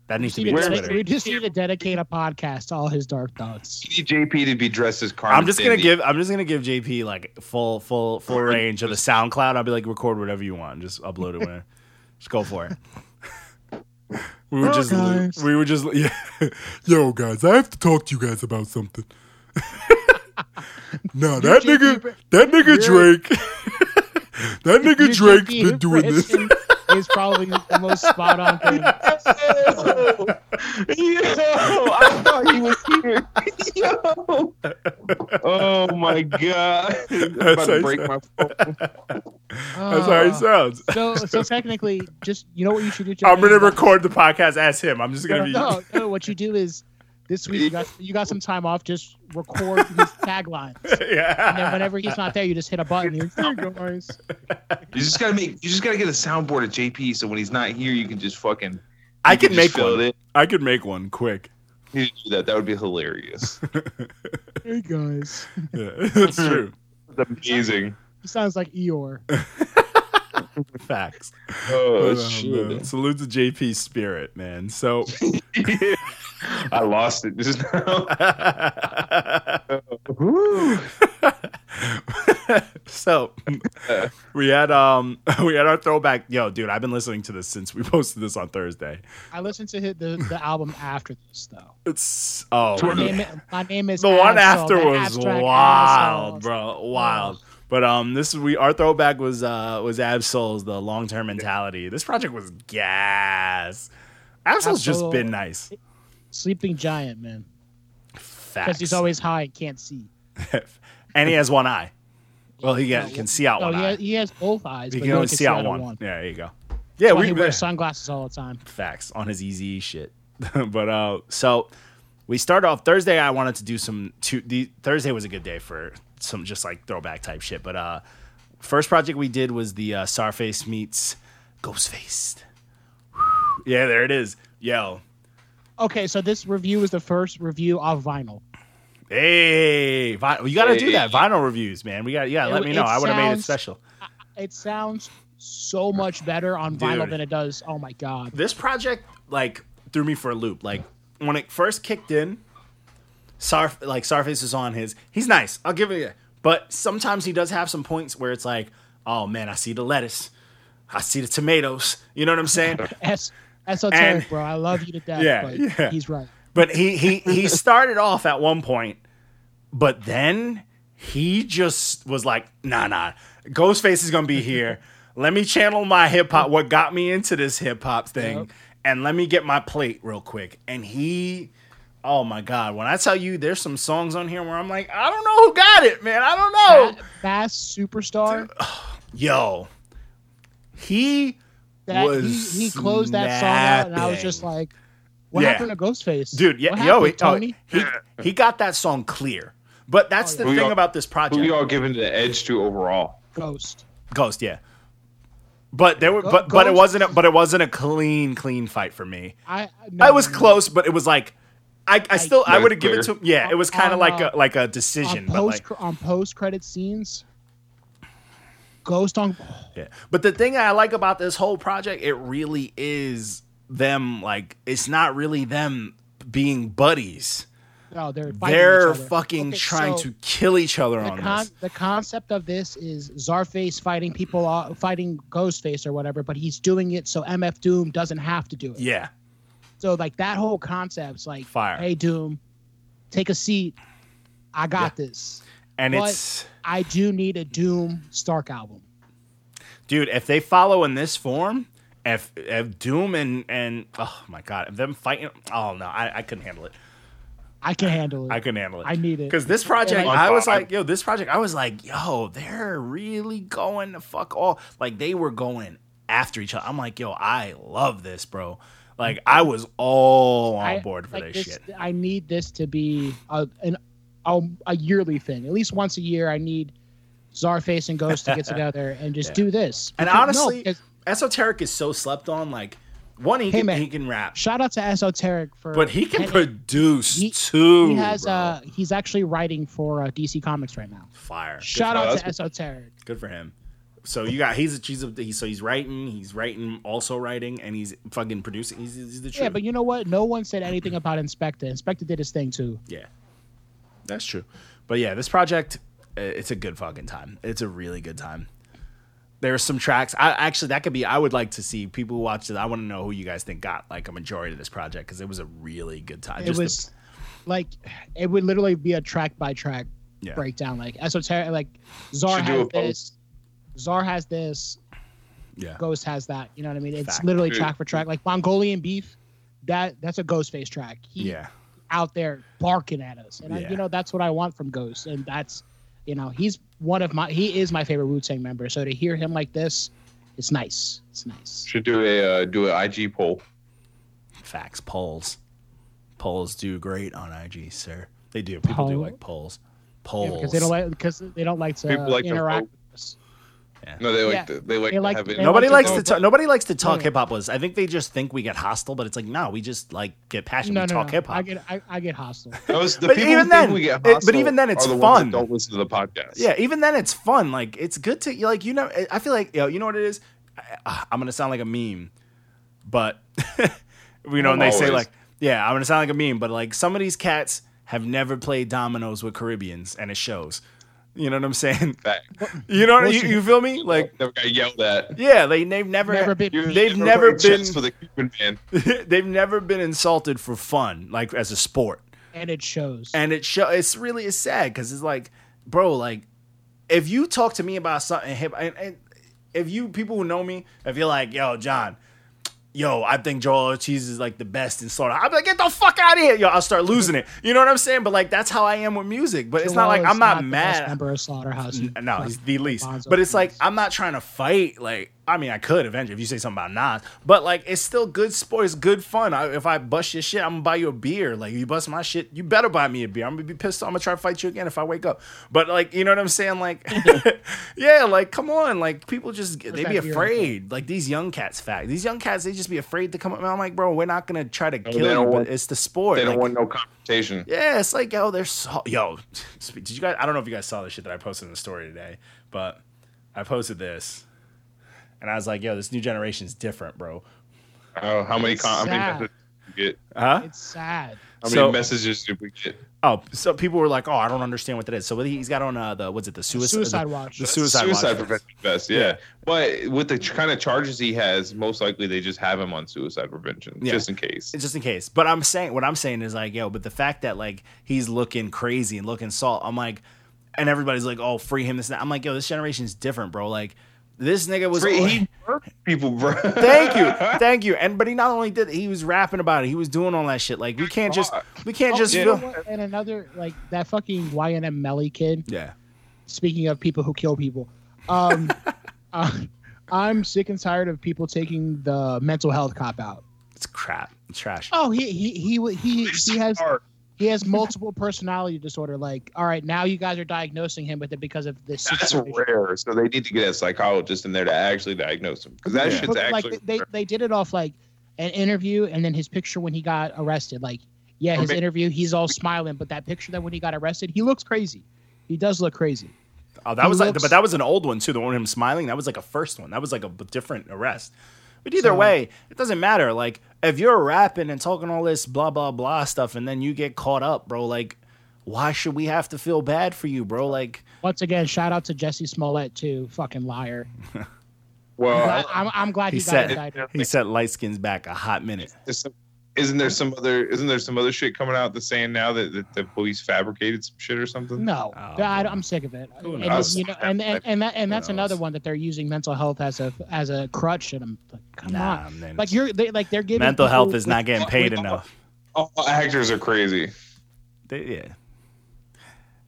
Speaker 2: That needs to
Speaker 4: We
Speaker 2: be
Speaker 4: need to
Speaker 3: Where-
Speaker 4: dedic-
Speaker 2: Twitter.
Speaker 4: we just need to dedicate a podcast to all his dark thoughts.
Speaker 3: You need JP to be dressed as Carmen.
Speaker 2: I'm just gonna
Speaker 3: Sandiego.
Speaker 2: give I'm just gonna give JP like full full full range of the SoundCloud. I'll be like record whatever you want, just upload it whenever. just go for it. We were
Speaker 3: Oh,
Speaker 4: Well,
Speaker 2: just
Speaker 4: guys.
Speaker 2: we were just yeah. Yo guys, I have to talk to you guys about something. nah, that
Speaker 4: JP
Speaker 2: nigga that nigga
Speaker 4: you're-
Speaker 2: Drake That nigga
Speaker 4: Your
Speaker 2: Drake's
Speaker 4: JP
Speaker 2: been doing this.
Speaker 4: impression Is probably the most spot on thing.
Speaker 3: I thought he was here. Yo. Oh my god! I'm about
Speaker 2: how
Speaker 3: to
Speaker 2: he
Speaker 3: break
Speaker 2: sounds.
Speaker 3: my phone.
Speaker 2: That's how he
Speaker 4: Ah.
Speaker 2: sounds.
Speaker 4: So, so technically, just you know what you should do.
Speaker 2: I'm gonna
Speaker 4: James?
Speaker 2: record the podcast as him. I'm just gonna be
Speaker 4: No, no, what you do is this week you got you got some time off. Just record his tagline,
Speaker 2: yeah.
Speaker 4: and then whenever he's not there, you just hit a button. You're, here, guys.
Speaker 3: You just gotta make. You just gotta get a soundboard at JP, so when he's not here, you can just fucking.
Speaker 2: I
Speaker 3: you
Speaker 2: could
Speaker 3: just
Speaker 2: make
Speaker 3: fill
Speaker 2: one.
Speaker 3: It.
Speaker 2: I could make one quick.
Speaker 3: You should do that. That would be hilarious.
Speaker 4: Hey guys,
Speaker 2: Yeah, that's true.
Speaker 3: That's amazing.
Speaker 4: he sounds like Eeyore.
Speaker 2: Facts.
Speaker 3: Oh
Speaker 2: But, um, uh,
Speaker 3: shit!
Speaker 2: salute to JP Spirit, man. So
Speaker 3: I lost it just now.
Speaker 2: so we had um we had our throwback. Yo, dude, I've been listening to this since we posted this on Thursday.
Speaker 4: I listened to hit the, the album after this though.
Speaker 2: It's oh
Speaker 4: My
Speaker 3: Totally.
Speaker 2: man.
Speaker 4: name, my name is
Speaker 2: the one
Speaker 4: Absol,
Speaker 2: after
Speaker 4: the
Speaker 2: was
Speaker 4: abstract
Speaker 2: wild,
Speaker 4: Absol.
Speaker 2: bro, wild. But um, this we our throwback was uh was Absol's the long term mentality. This project was gas. Absol's just
Speaker 4: Absol-
Speaker 2: been nice.
Speaker 4: Sleeping Giant, man, because
Speaker 2: Facts.
Speaker 4: he's always high and can't see.
Speaker 2: and he has one eye. Well, he got-
Speaker 4: No,
Speaker 2: can see out
Speaker 4: No,
Speaker 2: one
Speaker 4: he
Speaker 2: eye.
Speaker 4: has, he has both eyes.
Speaker 2: He
Speaker 4: but
Speaker 2: can
Speaker 4: no
Speaker 2: only
Speaker 4: can
Speaker 2: see out one. Yeah, there you go. Yeah,
Speaker 4: Why
Speaker 2: we
Speaker 4: he wears sunglasses all the time.
Speaker 2: facts on his easy shit. but uh, so we start off Thursday. I wanted to do some. Two, the, Thursday was a good day for some just like throwback type shit. But uh, first project we did was the uh, Sarface meets Ghostface. Whew. yeah, there it is. Yo,
Speaker 4: Okay, so this review is the first review of vinyl.
Speaker 2: hey, vi- you got to do
Speaker 3: Hey.
Speaker 2: that vinyl reviews, man. We got yeah.
Speaker 4: It-
Speaker 2: Let me know.
Speaker 4: it
Speaker 2: I would have made it
Speaker 4: sounds-
Speaker 2: special.
Speaker 4: It sounds so much better on vinyl
Speaker 2: Dude.
Speaker 4: than it does. Oh my god!
Speaker 2: This project like threw me for a loop. Like when it first kicked in, Sarf like Sarface is on his. He's nice. I'll give it. that. But sometimes he does have some points where it's like, oh man, I see the lettuce, I see the tomatoes. You know what I'm saying?
Speaker 4: Es- esoteric,
Speaker 2: And-
Speaker 4: bro. I love you to death,
Speaker 2: Yeah,
Speaker 4: but
Speaker 2: yeah.
Speaker 4: he's right.
Speaker 2: But he he he started off at one point, but then he just was like, nah, nah. Ghostface is gonna be here. Let me channel my hip hop, what got me into this hip hop thing,
Speaker 4: Yep.
Speaker 2: and let me get my plate real quick. And he Oh my god, when I tell you there's some songs on here where I'm like, I don't know who got it, man. I don't know.
Speaker 4: That Bass superstar.
Speaker 2: Yo. He
Speaker 4: That
Speaker 2: was
Speaker 4: he, he closed that song out, and I was just
Speaker 2: snapping.
Speaker 4: like, "What
Speaker 2: Yeah.
Speaker 4: happened to Ghostface,
Speaker 2: dude yeah
Speaker 4: What
Speaker 2: yo oh, he,
Speaker 4: happened, Tony? Oh,
Speaker 2: he, he got that song clear but that's the
Speaker 3: yeah.
Speaker 2: thing
Speaker 3: Who y'all-
Speaker 2: about this project
Speaker 3: Who you all giving the edge to overall?
Speaker 4: Ghost.
Speaker 2: ghost yeah but there were
Speaker 4: Go-
Speaker 2: but, but it
Speaker 4: Ghost-
Speaker 2: wasn't a, but it wasn't a clean clean fight for me
Speaker 4: I
Speaker 2: i was
Speaker 4: no, no.
Speaker 2: close but it was like i, I still i
Speaker 3: Yeah,
Speaker 2: would have given it
Speaker 3: clear.
Speaker 2: to yeah it was kind of
Speaker 4: On,
Speaker 2: like
Speaker 4: uh,
Speaker 2: a like a
Speaker 4: on
Speaker 2: decision but
Speaker 4: post
Speaker 2: like
Speaker 4: on post credit scenes. Ghost on
Speaker 2: yeah but the thing i like about this whole project it really is them like it's not really them being buddies
Speaker 4: no, Oh, they're fighting
Speaker 2: they're
Speaker 4: each other.
Speaker 2: fucking
Speaker 4: Okay,
Speaker 2: trying
Speaker 4: so
Speaker 2: to Oh, kill each other
Speaker 4: The,
Speaker 2: on
Speaker 4: con-
Speaker 2: this
Speaker 4: the concept of this is Zarface fighting people, off, fighting Ghostface or whatever, but he's doing it so MF Doom doesn't have to do it.
Speaker 2: yeah
Speaker 4: So like that whole concept's like,
Speaker 2: Fire.
Speaker 4: hey Doom, take a seat. I got this.
Speaker 2: and
Speaker 4: But-
Speaker 2: it's
Speaker 4: I do need a Doom Stark album.
Speaker 2: dude if they follow in this form if, if doom and and oh my god if them fighting oh no i, I couldn't handle it
Speaker 4: I can handle it.
Speaker 2: i couldn't handle it
Speaker 4: I need it.
Speaker 2: because this project
Speaker 4: Like-
Speaker 2: i was like yo this project i was like yo they're really going to fuck all like they were going after each other i'm like yo i love this bro like i was all on
Speaker 4: I-
Speaker 2: board for
Speaker 4: like
Speaker 2: this,
Speaker 4: this-
Speaker 2: shit
Speaker 4: I need this to be a an a, a yearly thing. At least once a year, I need Zarface and Ghost to get together and just do this.
Speaker 2: and
Speaker 4: Because- no,
Speaker 2: honestly
Speaker 4: because-
Speaker 2: esoteric is so slept on like one he
Speaker 4: Hey,
Speaker 2: can
Speaker 4: man.
Speaker 2: he can rap
Speaker 4: shout out to Esoteric for
Speaker 2: but he can
Speaker 4: and-
Speaker 2: produce
Speaker 4: he-
Speaker 2: too
Speaker 4: he has
Speaker 2: bro.
Speaker 4: uh he's actually writing for uh, DC Comics right now.
Speaker 2: fire
Speaker 4: Shout
Speaker 3: for-
Speaker 4: out
Speaker 3: that's
Speaker 4: to Esoteric.
Speaker 2: Good for him. So you got he's a he's a he's, so he's writing, he's writing, also writing, and he's fucking producing. He's, he's the truth.
Speaker 4: Yeah, but you know what? No one said anything about Inspector. Inspector did his thing too.
Speaker 2: yeah, that's true. But yeah, this project, uh, it's a good fucking time. It's a really good time. There's some tracks. I actually that could be. I would like to see people who watched it. I want to know who you guys think got like a majority of this project because it was a really good time.
Speaker 4: It
Speaker 2: Just the-
Speaker 4: was like it would literally be a track by track
Speaker 2: yeah.
Speaker 4: breakdown. Like esoteric, like Czar
Speaker 3: Should do
Speaker 4: has
Speaker 3: a
Speaker 4: this, Czar has this,
Speaker 2: Yeah,
Speaker 4: Ghost has that. You know what I mean? It's
Speaker 2: Fact.
Speaker 4: literally
Speaker 3: Dude.
Speaker 4: track for track. Like Mongolian Beef, that that's a Ghostface track. He
Speaker 2: yeah. out
Speaker 4: out there barking at us, and I,
Speaker 2: Yeah.
Speaker 4: you know that's what I want from Ghost, and that's you know he's one of my he is my favorite Wu Tang member. So to hear him like this, it's nice. It's nice.
Speaker 3: Should do a uh, do an IG poll.
Speaker 2: Facts polls, polls do great on IG, sir. They do. People do
Speaker 4: Poll?
Speaker 2: like polls. Polls.
Speaker 4: Yeah, because they don't like because they don't like to
Speaker 3: People like to
Speaker 4: interact.
Speaker 3: vote.
Speaker 4: with us.
Speaker 3: No, they like
Speaker 4: Yeah.
Speaker 3: to, they like
Speaker 4: They
Speaker 3: to
Speaker 4: like-
Speaker 3: have it.
Speaker 4: they
Speaker 2: Nobody
Speaker 4: like
Speaker 2: likes
Speaker 4: to
Speaker 2: to
Speaker 4: go-
Speaker 2: talk. Nobody likes to talk
Speaker 4: Yeah.
Speaker 2: hip hop was. I think they just think we get hostile, but it's like no, we just like get passionate.
Speaker 4: No,
Speaker 2: we
Speaker 4: no,
Speaker 2: talk
Speaker 4: no.
Speaker 2: hip hop.
Speaker 4: I get I, I get hostile.
Speaker 3: Those, the
Speaker 2: But
Speaker 3: people
Speaker 2: even
Speaker 3: who
Speaker 2: then-
Speaker 3: think we get
Speaker 2: it- but
Speaker 3: hostile
Speaker 2: even then it's
Speaker 3: are the ones
Speaker 2: fun.
Speaker 3: that Don't listen to the podcast.
Speaker 2: Yeah, even then it's fun. Like it's good to like you know. I feel like yo, you know what it is. I, I'm gonna sound like a meme, but you know, and they say
Speaker 3: Always.
Speaker 2: like, yeah, I'm gonna sound like a meme, but like some of these cats have never played dominoes with Caribbeans, and it shows. You know what I'm saying?
Speaker 3: fact.
Speaker 2: You know,
Speaker 4: Well,
Speaker 2: you,
Speaker 4: she-
Speaker 2: you feel me? Like,
Speaker 3: never got yelled at.
Speaker 2: yeah, they they've never
Speaker 4: Never been
Speaker 3: You-
Speaker 2: They've
Speaker 3: you
Speaker 2: never
Speaker 3: played chess
Speaker 2: been-
Speaker 3: with a Cuban man.
Speaker 2: they've never been insulted for fun, like as a sport.
Speaker 4: and it shows.
Speaker 2: and it show it's really it's sad because it's like bro like if you talk to me about something hip and, and if you people who know me if you're like yo john yo i think joel ortiz is like the best in slaughter i'm like get the fuck out of here yo i'll start losing it you know what i'm saying but like that's how i am with music but it's not like
Speaker 4: Joel is
Speaker 2: i'm not,
Speaker 4: the best
Speaker 2: mad
Speaker 4: member of Slaughterhouse.
Speaker 2: N- No, he's the least.
Speaker 4: Bonzo
Speaker 2: But it's
Speaker 4: Jones.
Speaker 2: like I'm not trying to fight. Like I mean, I could eventually if you say something about Nas, but like it's still good sport. It's good fun. I, if I bust your shit, I'm gonna buy you a beer. Like you bust my shit, you better buy me a beer. I'm gonna be pissed. off. I'm gonna try to fight you again if I wake up. But like you know what I'm saying? Like yeah, like come on. Like people just they
Speaker 4: that
Speaker 2: be
Speaker 4: beer in
Speaker 2: afraid. Like these young cats, fact. These young cats, they just be afraid to come up. And I'm like, bro, we're not gonna try to kill
Speaker 3: they
Speaker 2: you.
Speaker 3: don't
Speaker 2: But
Speaker 3: want-
Speaker 2: it's the sport.
Speaker 3: They don't
Speaker 2: Like,
Speaker 3: want no confrontation.
Speaker 2: yeah, it's like yo, they're so yo. spe- Did you guys? I don't know if you guys saw the shit that I posted in the story today, but I posted this, and I was like, yo, this new generation's different, bro.
Speaker 3: Oh, how many? Con- how many
Speaker 4: Sad.
Speaker 3: messages get?
Speaker 2: Huh?
Speaker 4: It's sad.
Speaker 3: How
Speaker 2: So-
Speaker 3: many messages did we get?
Speaker 2: Oh, so people were like, "Oh, I don't understand what that is." So what he- he's got on uh, the what's it? The suicide.
Speaker 4: Suicide
Speaker 2: the-
Speaker 4: Watch.
Speaker 2: The suicide, watch.
Speaker 3: prevention vest. Yeah. but with the kind of charges he has, most likely they just have him on suicide prevention
Speaker 2: Yeah.
Speaker 3: just in case.
Speaker 2: It's just in case. But I'm saying what I'm saying is like, yo, but the fact that like he's looking crazy and looking salt, I'm like, and everybody's like, oh, free him. This, and that. I'm like, yo, this generation's different, bro. Like this nigga was.
Speaker 3: Free- he murdered people, bro.
Speaker 2: thank you, thank you. And but he not only did, he was rapping about it. He was doing all that shit. Like we can't just, we can't
Speaker 4: Oh,
Speaker 2: just
Speaker 4: you know
Speaker 2: feel.
Speaker 4: what? And another like that fucking YNM Melly kid.
Speaker 2: Yeah.
Speaker 4: Speaking of people who kill people, um, uh, I'm sick and tired of people taking the mental health cop out.
Speaker 2: It's crap. It's trash.
Speaker 4: Oh, he he he he, he has
Speaker 3: Or-
Speaker 4: he has multiple personality disorder. Like, all right, now you guys are diagnosing him with it because of this.
Speaker 3: That's
Speaker 4: situation.
Speaker 3: rare. So they need to get a psychologist in there to actually diagnose him because that
Speaker 2: Yeah.
Speaker 3: shit's
Speaker 4: But,
Speaker 3: actually
Speaker 4: like they, they did it off like an interview and then his picture when he got arrested. Like, yeah, his
Speaker 3: Okay.
Speaker 4: interview, he's all smiling, but that picture that when he got arrested, he looks crazy. He does look crazy.
Speaker 2: Oh, that
Speaker 4: He
Speaker 2: was like,
Speaker 4: looks-
Speaker 2: but that was an old one too. The one with him smiling. That was like a first one. That was like a b- different arrest. But either
Speaker 4: So-
Speaker 2: way, it doesn't matter. Like if you're rapping and talking all this blah blah blah stuff, and then you get caught up, bro. Like, why should we have to feel bad for you, bro? Like,
Speaker 4: Once again, shout out to Jesse Smollett too, fucking liar.
Speaker 3: well.
Speaker 4: But I'm, I'm glad
Speaker 2: Oh, he
Speaker 4: he,
Speaker 2: said-
Speaker 4: got indicted.
Speaker 2: he set light skins back a hot minute.
Speaker 3: there's some- Isn't there some other? Isn't there some other shit coming out that's saying now that, that the police fabricated some shit or something?
Speaker 4: No,
Speaker 2: Oh,
Speaker 4: I,
Speaker 2: man.
Speaker 4: am sick of it.
Speaker 2: Who
Speaker 4: And,
Speaker 3: knows?
Speaker 4: you know, and, and, and, that, and
Speaker 3: Who
Speaker 4: that's another
Speaker 3: knows?
Speaker 4: one that they're using mental health as a as a crutch. And I'm like, come on,
Speaker 2: Nah, man.
Speaker 4: like you're they, like they're giving
Speaker 2: mental health
Speaker 4: people Oh,
Speaker 2: is not getting
Speaker 3: we
Speaker 2: paid
Speaker 3: all-
Speaker 2: enough.
Speaker 3: All actors are crazy.
Speaker 2: They- yeah.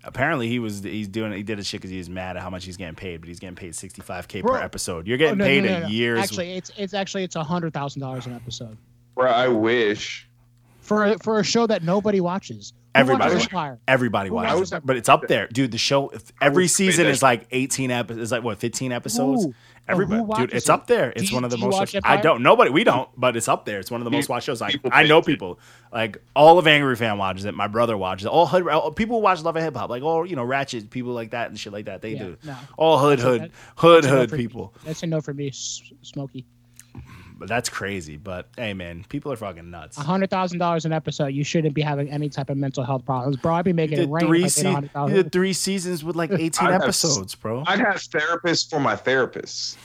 Speaker 2: Apparently he was he's doing he did his shit because he was mad at how much he's getting paid, but he's getting paid 65k per
Speaker 4: Bro.
Speaker 2: episode. You're
Speaker 4: Oh,
Speaker 2: getting
Speaker 4: no, no,
Speaker 2: paid
Speaker 4: no,
Speaker 2: a
Speaker 4: no.
Speaker 2: year's
Speaker 4: Actually, it's it's actually it's a hundred thousand dollars an episode
Speaker 3: Bro, I wish.
Speaker 4: for a, for a show that nobody watches. Who
Speaker 2: Everybody
Speaker 4: watches
Speaker 2: watches.
Speaker 4: Empire.
Speaker 2: Everybody
Speaker 4: Who
Speaker 2: watches
Speaker 4: watches
Speaker 2: it, but it's up there, dude. The show if- every
Speaker 3: would say
Speaker 2: season
Speaker 3: that.
Speaker 2: is like eighteen episodes. It's like what fifteen episodes.
Speaker 4: Who?
Speaker 2: Everybody,
Speaker 4: Who watches
Speaker 2: dude, it's
Speaker 4: it?
Speaker 2: up there. It's
Speaker 4: you-
Speaker 2: one of the
Speaker 4: do you
Speaker 2: most.
Speaker 4: watch
Speaker 2: I
Speaker 4: Empire?
Speaker 2: don't. Nobody. We don't. But it's up there. It's one of the
Speaker 3: You-
Speaker 2: most watched shows. I
Speaker 3: people
Speaker 2: I know
Speaker 3: pay-
Speaker 2: people. Like all of Angry Fan watches it. My brother watches it. All hood all- people who watch Love and Hip Hop. Like all you know, Ratchet people like that and shit like that. They
Speaker 4: Yeah,
Speaker 2: do.
Speaker 4: no.
Speaker 2: All hood hood
Speaker 4: That-
Speaker 2: hood
Speaker 4: That's a no
Speaker 2: hood
Speaker 4: for-
Speaker 2: people.
Speaker 4: That's a no for me, S- Smokey.
Speaker 2: But that's crazy. But hey, man, people are fucking nuts.
Speaker 4: A hundred thousand dollars an episode. You shouldn't be having any type of mental health problems, bro. I'd be
Speaker 2: You
Speaker 4: making it
Speaker 2: did
Speaker 4: rain.
Speaker 2: three
Speaker 4: if I
Speaker 2: se-
Speaker 4: did hundred
Speaker 2: you
Speaker 4: thousand.
Speaker 2: did three seasons with like eighteen
Speaker 3: I'd have s-
Speaker 2: episodes, bro.
Speaker 3: I'd have therapists for my therapists.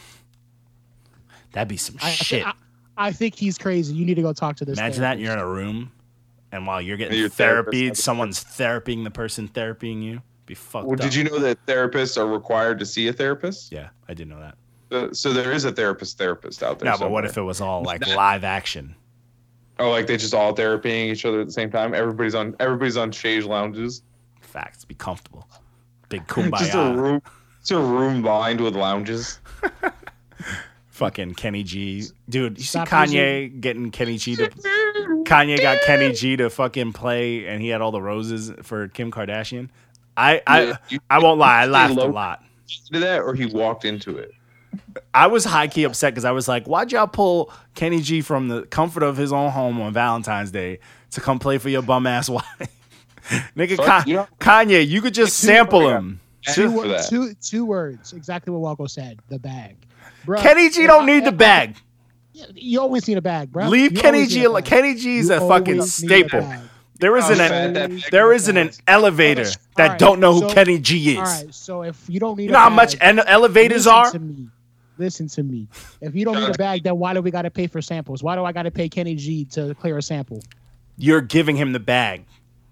Speaker 2: That'd be some
Speaker 4: I,
Speaker 2: shit.
Speaker 4: I, I think he's crazy. You need to go talk to this.
Speaker 2: Imagine that you're in a room, and while you're getting
Speaker 3: Your therapist
Speaker 2: therapied,
Speaker 3: has a-
Speaker 2: someone's therapying the person therapying you. Be fucked
Speaker 3: Well,
Speaker 2: up.
Speaker 3: did you know that therapists are required to see a therapist?
Speaker 2: Yeah, I did know that.
Speaker 3: Uh, so there is a therapist therapist out there.
Speaker 2: No, but what if
Speaker 3: somewhere.
Speaker 2: it was all like live action?
Speaker 3: Oh, like they just all therapying each other at the same time. Everybody's on everybody's on chaise lounges.
Speaker 2: Facts. Be comfortable. Big
Speaker 3: Just a
Speaker 2: kumbaya.
Speaker 3: room. It's a room lined with lounges.
Speaker 2: Fucking Kenny G, dude. You
Speaker 4: Stop
Speaker 2: see Kanye getting Kenny G to. Kanye got Kenny G to fucking play, and he had all the roses for Kim Kardashian. I I
Speaker 3: Yeah, you-
Speaker 2: I won't lie. I laughed a
Speaker 3: low-
Speaker 2: lot.
Speaker 3: Did that, or he walked into it.
Speaker 2: I was high key upset because I was like, why'd y'all pull Kenny G from the comfort of his own home on Valentine's Day to come play for your bum ass wife? Nigga,
Speaker 3: Fuck,
Speaker 2: Ka-
Speaker 3: you know-
Speaker 2: Kanye, you could just sample him.
Speaker 3: Two,
Speaker 4: Two,
Speaker 3: for
Speaker 4: wo-
Speaker 3: that.
Speaker 4: two, two words. Exactly what Walko said. The bag. Bro,
Speaker 2: Kenny G
Speaker 4: if
Speaker 2: don't
Speaker 4: I-
Speaker 2: need the bag.
Speaker 4: You always need a bag, bro.
Speaker 2: Leave
Speaker 4: You
Speaker 2: Kenny
Speaker 4: always
Speaker 2: G
Speaker 4: need a
Speaker 2: alone.
Speaker 4: bag.
Speaker 2: Kenny G's
Speaker 4: You
Speaker 2: a fucking
Speaker 4: always need a
Speaker 2: staple.
Speaker 4: bag.
Speaker 2: There isn't
Speaker 3: Always
Speaker 2: an
Speaker 3: need a bag.
Speaker 2: there isn't an elevator that
Speaker 4: Alright,
Speaker 2: don't know who
Speaker 4: so-
Speaker 2: Kenny G is.
Speaker 4: All right, so if you don't need,
Speaker 2: You
Speaker 4: a
Speaker 2: know how
Speaker 4: bag,
Speaker 2: much en- elevators
Speaker 4: listen
Speaker 2: are?
Speaker 4: To me. Listen to me. If you don't need a bag, then why do we got to pay for samples? Why do I got to pay Kenny G to clear a sample?
Speaker 2: You're giving him the bag.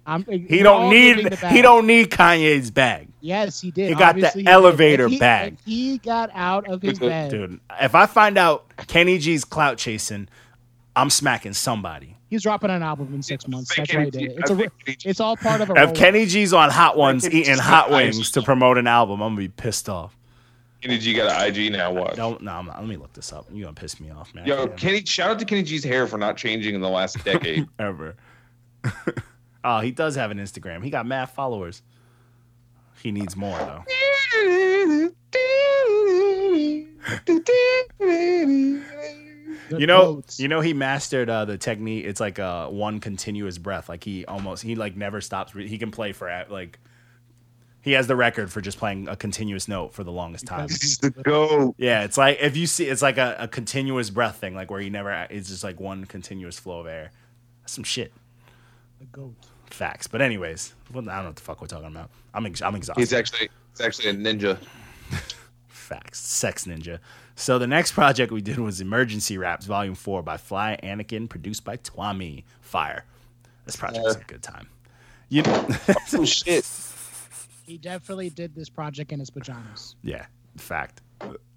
Speaker 4: I'm, uh,
Speaker 2: He don't need he don't need Kanye's bag.
Speaker 4: Yes, he did.
Speaker 2: He got the
Speaker 4: Obviously, did.
Speaker 2: elevator
Speaker 4: If he-
Speaker 2: bag.
Speaker 4: if He got out of his bag.
Speaker 2: Dude, if I find out Kenny G's clout chasing, I'm smacking somebody.
Speaker 4: He's dropping an album in six months.
Speaker 3: I think
Speaker 4: That's why he
Speaker 3: Kenny
Speaker 4: did it.
Speaker 3: G-
Speaker 4: It's
Speaker 3: I
Speaker 4: a.
Speaker 3: think Kenny G-
Speaker 4: It's all part of a.
Speaker 2: If
Speaker 4: rollout.
Speaker 2: Kenny G's on Hot Ones
Speaker 3: Kenny
Speaker 2: eating
Speaker 3: G's
Speaker 2: hot
Speaker 3: got
Speaker 2: wings
Speaker 3: ice.
Speaker 2: to promote an album, I'm gonna be pissed off.
Speaker 3: Kenny G got an IG now. Watch.
Speaker 2: Don't no, I'm not, let me look this up. You're gonna piss me off, man.
Speaker 3: Yo,
Speaker 2: Yeah,
Speaker 3: Kenny! Shout out to Kenny G's hair for not changing in the last decade.
Speaker 2: ever. oh, he does have an Instagram. He got mad followers. He needs more though.
Speaker 4: The
Speaker 2: You know,
Speaker 4: goats.
Speaker 2: you know, he mastered uh, the technique. It's like uh, one continuous breath. Like he almost, he like never stops. He can play for uh, like, he has the record for just playing a continuous note for the longest time.
Speaker 3: He's the goat.
Speaker 2: Yeah, it's like if you see, it's like a, a continuous breath thing, like where you never, it's just like one continuous flow of air. That's Some shit.
Speaker 4: A goat.
Speaker 2: Facts. But anyways, well, I don't know what the fuck we're talking about. I'm ex- I'm exhausted.
Speaker 3: He's actually he's actually a ninja.
Speaker 2: Facts. Sex Ninja. So the next project we did was Emergency Raps Volume 4 by Fly Anakin, produced by Twami. Fire. This project's a good time. You
Speaker 3: Oh shit!
Speaker 4: He definitely did this project in his pajamas.
Speaker 2: Yeah. Fact.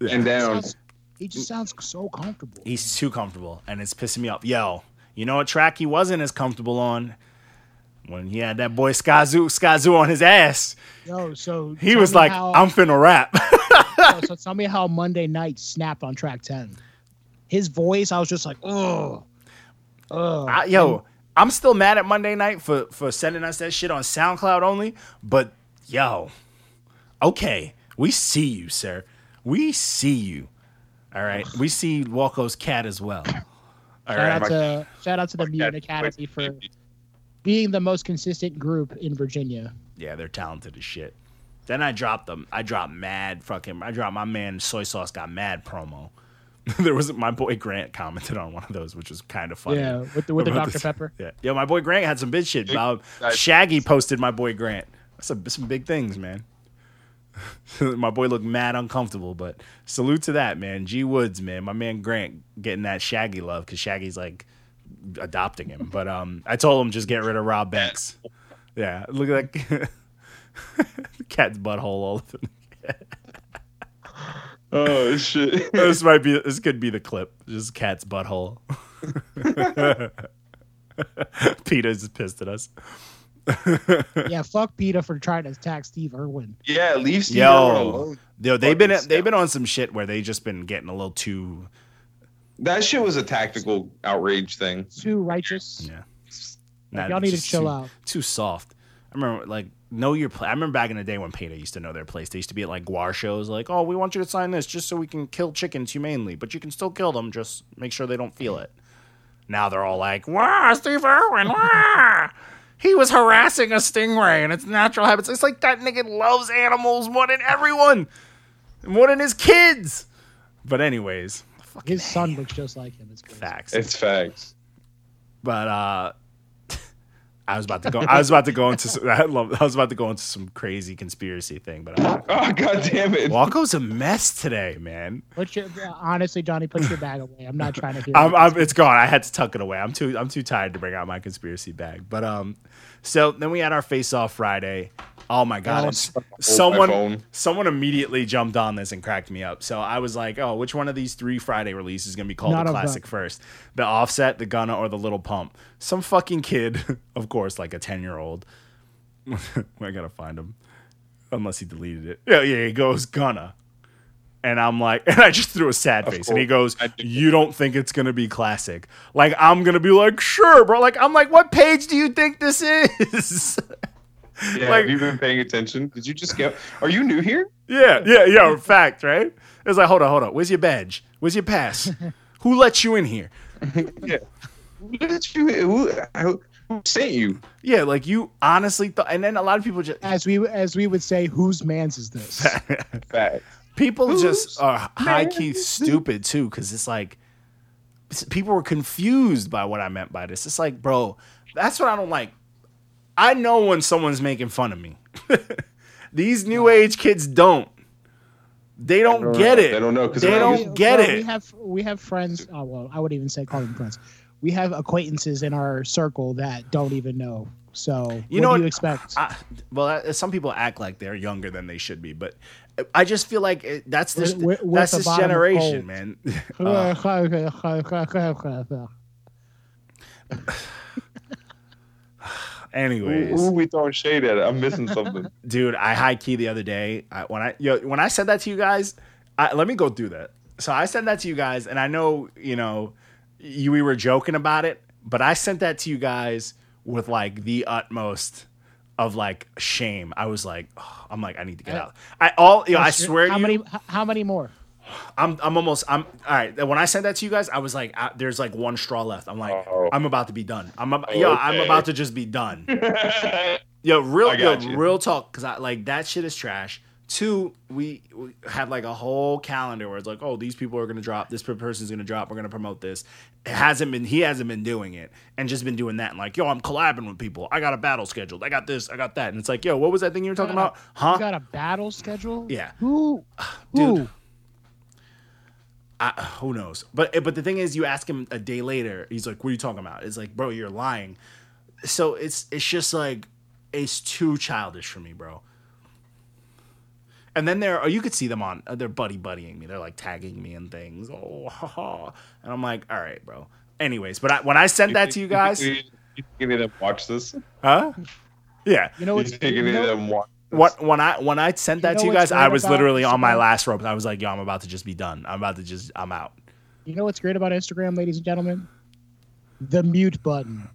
Speaker 3: And down.
Speaker 4: Sounds- he just sounds so comfortable.
Speaker 2: He's too comfortable and it's pissing me off. Yo, you know what track he wasn't as comfortable on? When he had that boy Skazoo Skazoo on his ass.
Speaker 4: Yo, so
Speaker 2: He
Speaker 4: tell
Speaker 2: was
Speaker 4: me
Speaker 2: like,
Speaker 4: how-
Speaker 2: I'm finna rap.
Speaker 4: yo, so tell me how Monday night snapped on track ten. His voice, I was just like, oh, oh.
Speaker 2: I, yo, I'm still mad at Monday Night for for sending us that shit on SoundCloud only. But yo, okay, we see you, sir. We see you. All right, we see Walko's cat as well. All right,
Speaker 4: Shout out to shout out to the
Speaker 3: Fuck
Speaker 4: Mutant
Speaker 3: that.
Speaker 4: Academy for being the most consistent group in Virginia.
Speaker 2: yeah, they're talented as shit. Then I dropped them. I dropped mad fucking. I dropped my man Soy Sauce got mad promo. there was my boy Grant commented on one of those, which was kind of funny.
Speaker 4: Yeah, with the with the
Speaker 2: About
Speaker 4: Dr
Speaker 2: this-
Speaker 4: Pepper.
Speaker 2: Yeah, yo, my boy Grant had some big shit. Bob
Speaker 3: guys.
Speaker 2: Shaggy posted my boy Grant. That's a, some big things, man. my boy looked mad uncomfortable, but salute to that man, G Woods, man. My man Grant getting that Shaggy love because Shaggy's like adopting him. But um, I told him just get rid of Rob Banks. Yeah, look at that cat's butthole all over. the-
Speaker 3: Oh shit!
Speaker 2: This might be this could be the clip. Just cat's butthole. Peter's pissed at us.
Speaker 4: Yeah, fuck PETA for trying to attack Steve Irwin.
Speaker 3: yeah, leave Steve Irwin
Speaker 2: Yo,
Speaker 3: alone.
Speaker 2: yo, they've been
Speaker 3: Fucking
Speaker 2: they've been on some shit where they just been getting a little too.
Speaker 3: That shit was a tactical outrage thing.
Speaker 4: Too righteous.
Speaker 2: Yeah.
Speaker 4: Like,
Speaker 2: not-
Speaker 4: y'all need to
Speaker 2: just
Speaker 4: chill
Speaker 2: too-
Speaker 4: out.
Speaker 2: Too soft. I remember like know your place. I remember back in the day when Peta used to know their place. They used to be at like guar shows, like, oh, we want you to sign this just so we can kill chickens humanely, but you can still kill them. Just make sure they don't feel it. Now they're all like, wah, Steve Irwin, wah. He was harassing a stingray in its natural habitat. It's like that nigga loves animals more than everyone, more than his kids. But anyways, I fucking
Speaker 4: His son looks just like him. It's crazy.
Speaker 2: facts.
Speaker 3: It's facts.
Speaker 2: but uh I was about to go. I was about to go into. Some, I love. I was about to go into some crazy conspiracy thing, but I,
Speaker 3: Oh god damn it!
Speaker 2: Walko's a mess today, man.
Speaker 4: Put your honestly, Johnny, put your bag away. I'm not trying to hear.
Speaker 2: I'm,
Speaker 4: it.
Speaker 2: I'm, it's gone. I had to tuck it away. I'm too. I'm too tired to bring out my conspiracy bag. But um, so then we had our face off Friday. Oh my god!
Speaker 4: Oh,
Speaker 2: and s-
Speaker 3: my
Speaker 2: someone
Speaker 3: phone.
Speaker 2: someone immediately jumped on this and cracked me up. So I was like, oh, which one of these three Friday releases is gonna be called
Speaker 4: Not
Speaker 2: the
Speaker 4: a
Speaker 2: classic first? The Offset, the Gunna, or the Little Pump? Some fucking kid, of course, like a ten year old. I gotta find him, unless he deleted it. Yeah, yeah. He goes Gunna. And I'm like, and I just threw a sad face. And he
Speaker 3: course.
Speaker 2: goes,
Speaker 3: I do.
Speaker 2: You don't think it's going to be classic. Like, I'm going to be like, Sure, bro. Like, I'm like, What page do you think this is?
Speaker 3: Yeah,
Speaker 2: Like-
Speaker 3: have you been paying attention? Did you just get? Are you new here?
Speaker 2: yeah, yeah, yeah. Fact, right? It's like, Hold on, hold on. Where's your badge? Where's your pass? Who let you in here?
Speaker 3: Yeah. Who did you? Who, who sent you?
Speaker 2: Yeah, like, you honestly thought. And then a lot of people just,
Speaker 4: as we as we would say, whose man's is this?
Speaker 3: Facts.
Speaker 2: people
Speaker 3: Who's
Speaker 2: just are high key stupid too because it's like s- people were confused by what i meant by this it's like bro that's what i don't like i know when someone's making fun of me these new age kids don't they don't,
Speaker 3: don't
Speaker 2: get
Speaker 3: know.
Speaker 2: it
Speaker 3: They don't know 'cause
Speaker 2: they
Speaker 3: they're not
Speaker 2: don't
Speaker 3: used
Speaker 2: get
Speaker 4: Well,
Speaker 2: it
Speaker 4: We have we have friends. Oh well, I would even say call them friends. We have acquaintances in our circle that don't even know. So
Speaker 2: You
Speaker 4: what
Speaker 2: know
Speaker 4: do you
Speaker 2: what?
Speaker 4: expect?
Speaker 2: I, well, uh, some people act like they're younger than they should be, but I just feel like it, that's this
Speaker 4: We're- we're- we're
Speaker 2: that's
Speaker 4: at the
Speaker 2: this
Speaker 4: bottom of
Speaker 2: generation,
Speaker 4: gold.
Speaker 2: man. uh,
Speaker 3: Who,
Speaker 2: Anyways,
Speaker 3: who we throwing shade at? I'm missing something.
Speaker 2: dude i high key the other day I, when i yo, when i said that to you guys I, let me go through that so i sent that to you guys and i know you know you, we were joking about it but i sent that to you guys with like the utmost of like shame i was like oh, i'm like i need to get out i all you know, i swear
Speaker 4: Uh, How
Speaker 2: to you,
Speaker 4: many? h- How many more?
Speaker 2: I'm I'm almost I'm all right. When I sent that to you guys, I was like, I, there's like one straw left. I'm like,
Speaker 3: Oh.
Speaker 2: I'm about to be done. I'm ab-
Speaker 3: Oh,
Speaker 2: yo, I'm
Speaker 3: okay.
Speaker 2: about to just be done. yo, real
Speaker 3: I
Speaker 2: yo,
Speaker 3: got you.
Speaker 2: real talk, because I like that shit is trash. Two, we, we have like a whole calendar where it's like, oh, these people are gonna drop, this person's gonna drop, we're gonna promote this. It hasn't been, he hasn't been doing it, and just been doing that, and like, yo, I'm collabing with people. I got a battle scheduled. I got this. I got that. And it's like, yo, what was that thing you were talking about?
Speaker 4: You
Speaker 2: Huh?
Speaker 4: got a battle schedule?
Speaker 2: Yeah.
Speaker 4: Who?
Speaker 2: Dude.
Speaker 4: Who?
Speaker 2: I, who knows? But but the thing is, you ask him a day later, he's like, "What are you talking about?" It's like, "Bro, you're lying." So it's it's just like it's too childish for me, bro. And then they're or you could see them on they're buddy buddying me. They're like tagging me and things. Oh, ha, ha. and I'm like, "All right, bro." Anyways, but I, when I sent that to you guys,
Speaker 3: You think any of them watch this? You
Speaker 2: huh? Yeah.
Speaker 4: You know what's
Speaker 3: think any
Speaker 4: you
Speaker 3: of
Speaker 4: know-
Speaker 3: them watch this?
Speaker 2: What when I when I sent that
Speaker 4: know
Speaker 2: to you
Speaker 4: what's
Speaker 2: guys, I
Speaker 4: great
Speaker 2: was
Speaker 4: about
Speaker 2: literally on my
Speaker 4: Instagram?
Speaker 2: last ropes. I was like, "Yo, I'm about to just be done. I'm about to just I'm out."
Speaker 4: You know what's great about Instagram, ladies and gentlemen? The mute button.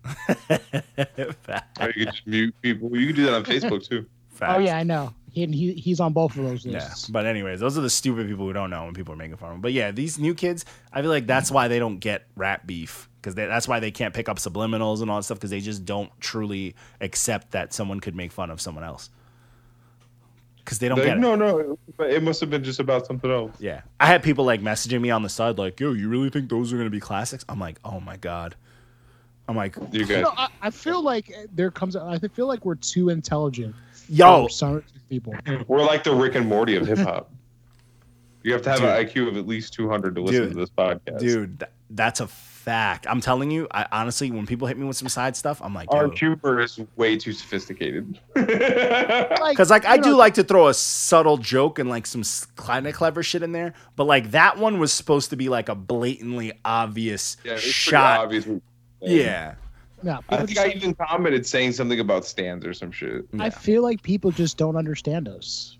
Speaker 3: Or you could just mute people. You could do that on Facebook too.
Speaker 4: Oh
Speaker 2: Facts.
Speaker 4: yeah, I know. He, he he's on both of those
Speaker 2: Yeah.
Speaker 4: lists.
Speaker 2: But anyways, those are the stupid people who don't know when people are making fun of them. But yeah, these new kids, I feel like that's why they don't get rap beef because that's why they can't pick up subliminals and all that stuff because they just don't truly accept that someone could make fun of someone else because they don't
Speaker 3: Like,
Speaker 2: get it.
Speaker 3: no, no, but it must have been just about something else.
Speaker 2: Yeah, I had people like messaging me on the side like, "Yo, you really think those are gonna be classics?" I'm like, "Oh my god." I'm like,
Speaker 3: You
Speaker 4: You
Speaker 3: guys,
Speaker 4: know, I, I feel like there comes. I feel like we're too intelligent.
Speaker 2: "Yo,
Speaker 4: for some people.
Speaker 3: we're like the Rick and Morty of hip hop. You have to have an IQ of at least 200 to listen
Speaker 2: Dude.
Speaker 3: to this podcast.
Speaker 2: dude, th- that's a fact." I'm telling you, I honestly, when people hit me with some side stuff, I'm like,
Speaker 3: Our
Speaker 2: "Yo."
Speaker 3: humor is way too sophisticated.
Speaker 2: Because like I
Speaker 4: you know,
Speaker 2: do like to throw a subtle joke and like some kind of clever shit in there, but like that one was supposed to be like a blatantly obvious
Speaker 3: Yeah, it's pretty
Speaker 2: shot.
Speaker 3: obvious.
Speaker 2: Yeah,
Speaker 4: no,
Speaker 3: I
Speaker 4: people
Speaker 3: think
Speaker 4: just-
Speaker 3: I even commented saying something about stands or some shit.
Speaker 4: I
Speaker 2: Yeah.
Speaker 4: feel like people just don't understand us.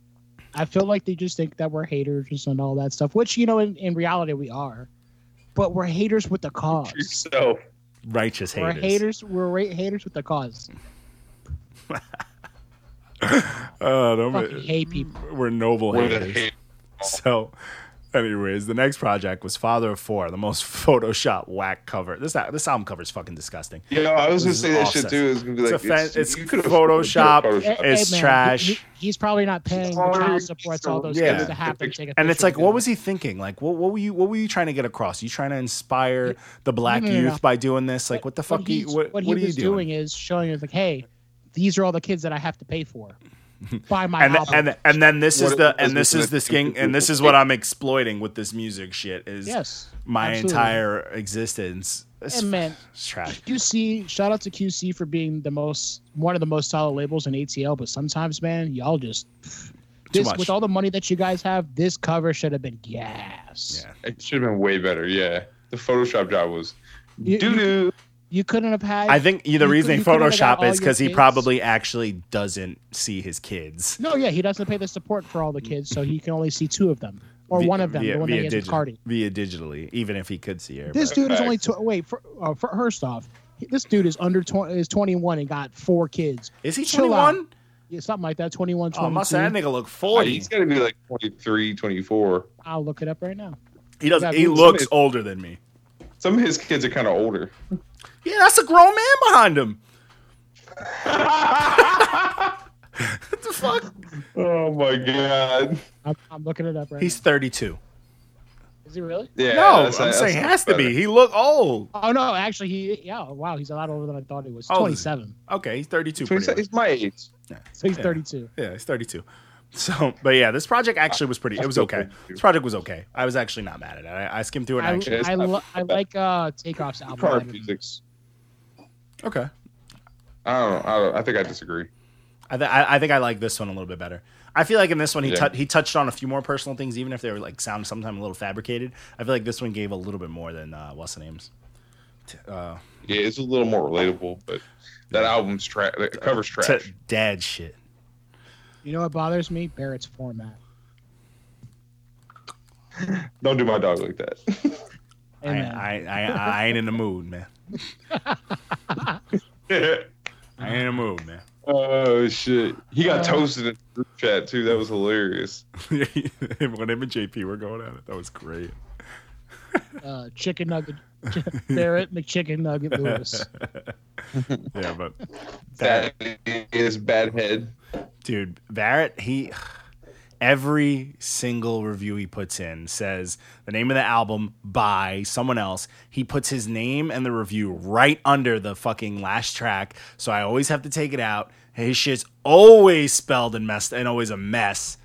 Speaker 4: I feel like they just think that we're haters and all that stuff, which you know, in, in reality, we are. But we're haters with the cause.
Speaker 3: So
Speaker 2: righteous
Speaker 4: We're
Speaker 2: haters.
Speaker 4: haters. We're ra- haters with the cause.
Speaker 2: Uh,
Speaker 4: Fucking hate people.
Speaker 2: we're noble
Speaker 3: we're the
Speaker 2: haters.
Speaker 3: hate.
Speaker 2: So, anyways, the next project was Father of Four, the most Photoshop whack cover. This this album cover is fucking disgusting.
Speaker 3: Yeah, I was gonna
Speaker 2: This
Speaker 3: say
Speaker 2: is
Speaker 3: that
Speaker 2: offset.
Speaker 3: shit too. It's gonna be
Speaker 2: It's
Speaker 3: like
Speaker 2: a fan- it's
Speaker 3: you could've
Speaker 2: Photoshop.
Speaker 3: Photoshop.
Speaker 4: Hey- hey,
Speaker 2: It's
Speaker 4: man,
Speaker 2: trash.
Speaker 4: he- he- he's probably not paying the
Speaker 3: Sorry,
Speaker 4: child supports all those
Speaker 2: yeah.
Speaker 4: things to happen. to take a
Speaker 2: And it's
Speaker 4: picture
Speaker 2: like,
Speaker 4: with
Speaker 2: what
Speaker 4: him.
Speaker 2: was he thinking? Like, what, what were you what were you trying to get across? You trying to inspire the black
Speaker 4: no, no, no.
Speaker 2: youth by doing this? Like, what the fuck?
Speaker 4: What
Speaker 2: you-
Speaker 4: he,
Speaker 2: what,
Speaker 4: what he
Speaker 2: what are you
Speaker 4: was doing is showing us like, hey, these are all the kids that I have to pay for. Buy my
Speaker 2: and
Speaker 4: album.
Speaker 2: and and then this is
Speaker 3: What
Speaker 2: the
Speaker 3: it
Speaker 2: and
Speaker 3: was
Speaker 2: this
Speaker 3: was
Speaker 2: is
Speaker 3: that
Speaker 2: this thing and this is what I'm exploiting with this music shit is
Speaker 4: yes,
Speaker 2: my
Speaker 4: absolutely.
Speaker 2: entire existence. It's,
Speaker 4: And man,
Speaker 2: it's trash.
Speaker 4: QC, shout out to QC for being the most one of the most solid labels in ATL. But sometimes, man, y'all just this
Speaker 2: much.
Speaker 4: with all the money that you guys have, this cover should have been gas.
Speaker 2: Yeah.
Speaker 3: It should have been way better. Yeah, the Photoshop job was
Speaker 4: You-
Speaker 3: doo doo.
Speaker 4: You couldn't have had.
Speaker 2: I think the
Speaker 4: you
Speaker 2: reason
Speaker 4: could-
Speaker 2: he
Speaker 4: you could've got
Speaker 2: Photoshop
Speaker 4: all
Speaker 2: is
Speaker 4: your
Speaker 2: because he
Speaker 4: kids.
Speaker 2: probably actually doesn't see his kids.
Speaker 4: no, yeah, he doesn't pay the support for all the kids, so he can only see two of them or
Speaker 2: vi-
Speaker 4: one of them,
Speaker 2: via,
Speaker 4: the one that
Speaker 2: via
Speaker 4: he has with
Speaker 2: digi-
Speaker 4: Cardi.
Speaker 2: via digitally, even if he could see her.
Speaker 4: This
Speaker 2: but-
Speaker 4: dude is
Speaker 3: Facts.
Speaker 4: only tw- wait for, uh, for first off, this dude is under twenty is twenty one and got four kids.
Speaker 2: is he
Speaker 4: chill
Speaker 2: 21?
Speaker 4: out. Yeah, something like that. 21,
Speaker 2: Oh,
Speaker 4: 22.
Speaker 2: must say that nigga look
Speaker 3: Oh,
Speaker 2: 40.
Speaker 3: he's got to be like 23, 24.
Speaker 4: I'll look it up right now.
Speaker 2: He doesn't.
Speaker 4: Yeah,
Speaker 2: He
Speaker 4: dude,
Speaker 2: looks
Speaker 3: somebody-
Speaker 2: older than me.
Speaker 3: Some of his kids are kind of older.
Speaker 2: Yeah, that's a grown man behind him. what the fuck?
Speaker 3: Oh my god.
Speaker 4: I'm, I'm looking it up right
Speaker 2: He's 32.
Speaker 4: now. Is he really?
Speaker 2: no,
Speaker 3: Yeah. that's-
Speaker 2: I'm
Speaker 3: that's
Speaker 2: saying
Speaker 3: not
Speaker 2: has to be.
Speaker 3: better.
Speaker 2: He look old.
Speaker 4: Oh no, actually, he yeah. Wow, he's a lot older than I thought he was.
Speaker 2: How old is he?
Speaker 4: Twenty-seven,
Speaker 2: Okay, he's 32. pretty
Speaker 3: 27
Speaker 2: much.
Speaker 3: He's my age.
Speaker 4: so he's
Speaker 2: Yeah.
Speaker 4: thirty-two.
Speaker 2: Yeah, he's 32. So, but yeah, this project actually was pretty. It was okay. This project was okay. I was actually not mad at it. I, I skimmed through it. And
Speaker 4: I,
Speaker 2: actually,
Speaker 4: I, lo- I like uh Takeoff's album.
Speaker 3: Car
Speaker 4: better.
Speaker 3: music.
Speaker 2: okay.
Speaker 3: I don't know. I, don't, I think I disagree.
Speaker 2: I, th- I I think I like this one a little bit better. I feel like in this one he
Speaker 3: Yeah.
Speaker 2: tou- he touched on a few more personal things, even if they were like sound sometimes a little fabricated. I feel like this one gave a little bit more than uh, what's the names. T- Uh,
Speaker 3: Yeah, it's a little more relatable, but that album's trash. The cover's trash.
Speaker 2: t- dad shit.
Speaker 4: You know what bothers me? Barrett's format.
Speaker 3: don't do my dog like that.
Speaker 2: I,
Speaker 4: Amen.
Speaker 2: I, I, I ain't in the mood, man. I ain't in the mood, man.
Speaker 3: oh shit! He
Speaker 2: Uh,
Speaker 3: got toasted in the group chat too. That was hilarious.
Speaker 2: when him and JP were going at it, that was great.
Speaker 4: uh, chicken nugget. Barrett McChicken Nugget Lewis.
Speaker 2: Yeah, but
Speaker 3: That is bad head.
Speaker 2: dude, Barrett, he Every single review he puts in says the name of the album by someone else. He puts his name and the review right under the fucking last track, so I always have to take it out. His shit's always spelled and messed and always a mess.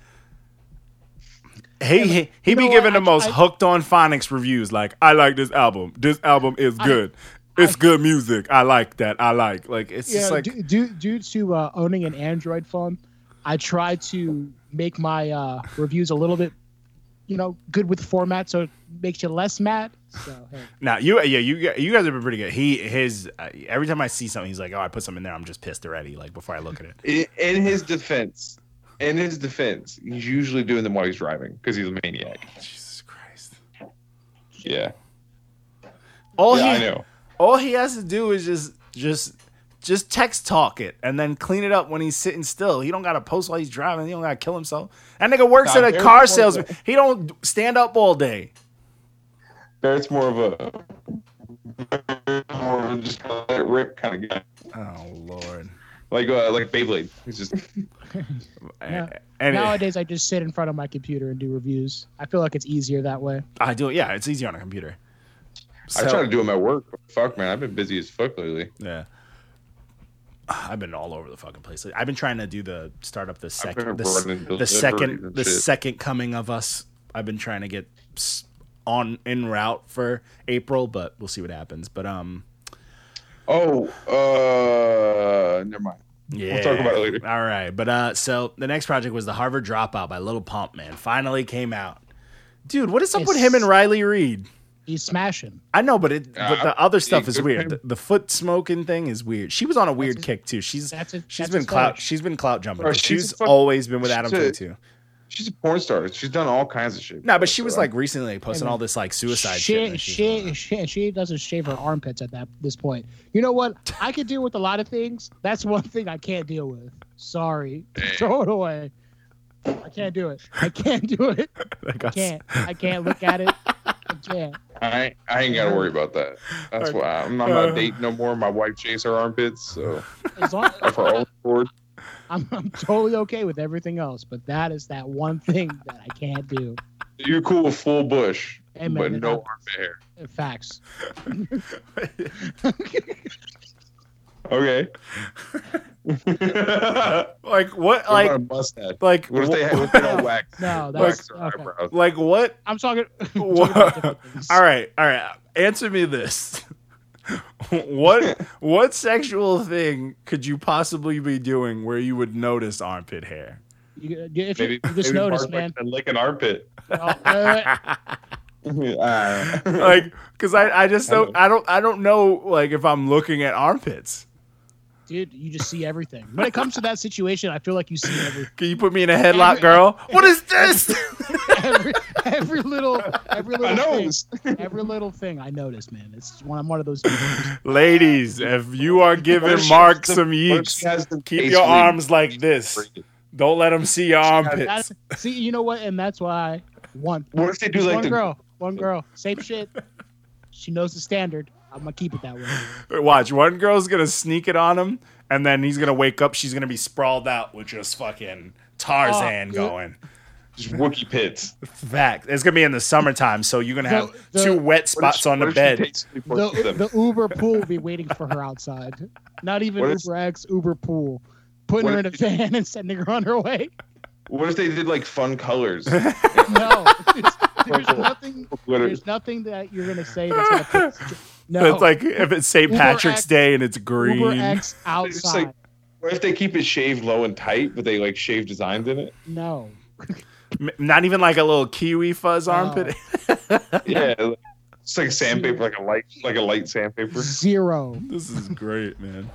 Speaker 2: He he, he
Speaker 4: know
Speaker 2: be
Speaker 4: what?
Speaker 2: giving the
Speaker 4: I-
Speaker 2: most
Speaker 4: I-
Speaker 2: hooked on phonics reviews. Like I like this album. This album is good. it's good music. I like that. I like like it's
Speaker 4: Yeah,
Speaker 2: just like
Speaker 4: due, due, due to uh, owning an Android phone, I try to make my uh, reviews a little bit, you know, good with format, so it makes you less mad. So hey,
Speaker 2: Now you, yeah, you, you guys have been pretty good. He, his, uh, every time I see something, he's like, "Oh, I put something in there. I'm just pissed already." Like before I look at it.
Speaker 3: I- In his defense, in his defense, he's usually doing them while he's driving because he's a maniac.
Speaker 2: Jesus Christ!
Speaker 3: Yeah,
Speaker 2: All
Speaker 3: yeah, I
Speaker 2: he,
Speaker 3: know.
Speaker 2: all he has to do is just, just, just text talk it, and then clean it up when he's sitting still. He don't got to post while he's driving. He don't got to kill himself. That nigga works
Speaker 3: Nah,
Speaker 2: at a
Speaker 3: there's
Speaker 2: car
Speaker 3: more
Speaker 2: salesman. He don't stand up all day.
Speaker 3: Barrett's more of a more of a just let it rip kind of guy,
Speaker 2: Oh Lord.
Speaker 3: like uh, like Beyblade. He's just
Speaker 4: Yeah.
Speaker 2: And
Speaker 4: nowadays I just sit in front of my computer and do reviews. I feel like it's easier that way.
Speaker 2: I do. Yeah, it's easier on a computer.
Speaker 3: I
Speaker 2: So-
Speaker 3: try to do them at work. But fuck man, I've been busy as fuck lately.
Speaker 2: Yeah. I've been all over the fucking place. Like, I've been trying to do the start up the second
Speaker 3: been
Speaker 2: the, s-
Speaker 3: running
Speaker 2: the
Speaker 3: deliveries
Speaker 2: second
Speaker 3: and
Speaker 2: the
Speaker 3: shit.
Speaker 2: second coming of us. I've been trying to get s- on en route for April, but we'll see what happens. But um,
Speaker 3: Oh, uh, never mind.
Speaker 2: yeah,
Speaker 3: talk about it later.
Speaker 2: All right, but uh, so the next project was the Harvard Dropout by Little Pump. Man, finally came out. Dude, what is up with
Speaker 4: It's-
Speaker 2: him and Riley Reed?
Speaker 4: He's smashing.
Speaker 2: I know, but it
Speaker 3: Uh,
Speaker 2: but the other stuff
Speaker 3: good
Speaker 2: is
Speaker 3: for
Speaker 2: weird.
Speaker 3: him.
Speaker 2: The, the foot smoking thing is weird. She was on a weird
Speaker 4: his-
Speaker 2: kick too. She's
Speaker 4: that's his-
Speaker 2: she's
Speaker 4: that's
Speaker 2: been
Speaker 4: his
Speaker 2: clout
Speaker 4: fetish.
Speaker 2: she's been clout jumping.
Speaker 3: Bro,
Speaker 2: but
Speaker 3: she's
Speaker 2: she's
Speaker 3: a fuck-
Speaker 2: always been with Adam
Speaker 3: she's a-
Speaker 2: Twenty Two.
Speaker 3: She's a porn star. She's done all kinds of shit.
Speaker 2: No, but she
Speaker 3: So,
Speaker 2: was
Speaker 3: I-
Speaker 2: like recently posting all this like suicide shit.
Speaker 4: She
Speaker 2: that she's
Speaker 4: she
Speaker 2: doing.
Speaker 4: she, she doesn't shave her armpits at that this point. You know what? I could deal with a lot of things. That's one thing I can't deal with. Sorry, throw it away. I can't do it. I can't do it.
Speaker 2: Like us.
Speaker 4: can't. I can't look at it. I can't.
Speaker 3: I I ain't gotta worry about that. That's why I'm not, I'm
Speaker 2: Uh,
Speaker 3: not dating no more. My wife shaves her armpits, so
Speaker 4: As long
Speaker 3: I'm for all board.
Speaker 4: I'm, I'm totally okay with everything else, but that is that one thing that I can't do.
Speaker 3: You're cool with full bush,
Speaker 4: Amen
Speaker 3: but no
Speaker 4: to that.
Speaker 3: armpit hair.
Speaker 4: uh, Facts.
Speaker 3: Okay. what
Speaker 2: Like what?
Speaker 3: like,
Speaker 2: Like
Speaker 3: about a mustache?
Speaker 2: like
Speaker 3: What if they
Speaker 2: wha-
Speaker 3: had what if they don't wax?
Speaker 4: No,
Speaker 3: wax
Speaker 4: that's
Speaker 3: their
Speaker 4: okay.
Speaker 3: eyebrows.
Speaker 2: like what?
Speaker 4: I'm talking. I'm talking about
Speaker 2: Wha-
Speaker 4: different things.
Speaker 2: all right, all right. Answer me this. what what sexual thing could you possibly be doing where you would notice armpit hair?
Speaker 4: You, you- if you,
Speaker 3: Maybe
Speaker 4: you just
Speaker 3: maybe
Speaker 4: noticed,
Speaker 3: Mark
Speaker 4: man.
Speaker 3: likes to lick an armpit.
Speaker 4: Oh, wait, wait, wait.
Speaker 3: I don't know.
Speaker 2: Like, cause I, I just don't I don't I don't know like if I'm looking at armpits.
Speaker 4: dude, you just see everything. When it comes to that situation, I feel like you see every
Speaker 2: Can you put me in a headlock, girl? What is this?
Speaker 4: every, every little every
Speaker 3: I
Speaker 4: little
Speaker 3: know.
Speaker 4: thing, every little thing I noticed, man. It's one I'm one of those. people.
Speaker 2: Ladies, if you are
Speaker 3: What if
Speaker 2: giving
Speaker 3: she
Speaker 2: Mark
Speaker 3: has the-
Speaker 2: some
Speaker 3: what if
Speaker 2: yeeks,
Speaker 3: she has the
Speaker 2: keep
Speaker 3: face
Speaker 2: your
Speaker 3: wig?
Speaker 2: arms like this. Don't let them see your armpits.
Speaker 4: That's, see, you know what, and that's why one
Speaker 3: What if they do
Speaker 4: Just
Speaker 3: like
Speaker 4: one
Speaker 3: the
Speaker 4: girl, one girl, same shit. She knows the standard. I'm gonna keep it that way.
Speaker 2: Watch, one girl's gonna sneak it on him, and then he's gonna wake up. She's gonna be sprawled out with just fucking Tarzan
Speaker 4: Oh, dude.
Speaker 2: going.
Speaker 3: just Wookie pits?
Speaker 2: Fact, it's gonna be in the summertime, so you're gonna have
Speaker 4: The- the-
Speaker 2: two wet
Speaker 3: What if
Speaker 2: spots
Speaker 3: she-
Speaker 2: on the
Speaker 3: what if she
Speaker 2: bed.
Speaker 3: takes three
Speaker 4: The,
Speaker 3: parts of them?
Speaker 4: the Uber pool will be waiting for her outside. Not even
Speaker 3: What
Speaker 4: Uber
Speaker 3: is-
Speaker 4: X, Uber pool. Putting
Speaker 3: What
Speaker 4: her in a
Speaker 3: if-
Speaker 4: van and sending her on her way.
Speaker 3: What if they did like fun colors?
Speaker 4: No, there's, there's
Speaker 3: Purple.
Speaker 4: nothing.
Speaker 3: Glitter.
Speaker 4: There's nothing that you're gonna say that's gonna. fix it. No,
Speaker 2: It's like if it's St.
Speaker 4: Uber
Speaker 2: Patrick's
Speaker 4: X-
Speaker 2: Day and it's
Speaker 4: Uber
Speaker 2: green.
Speaker 4: X
Speaker 3: It's just like-
Speaker 4: outside.
Speaker 3: What if they keep it shaved low and tight, but they like shave designs in it?
Speaker 4: No,
Speaker 2: M- Not even like a little kiwi fuzz
Speaker 4: No.
Speaker 2: armpit.
Speaker 3: Yeah, like- it's like sandpaper, like a light, like a light sandpaper.
Speaker 4: zero.
Speaker 2: This is great, man.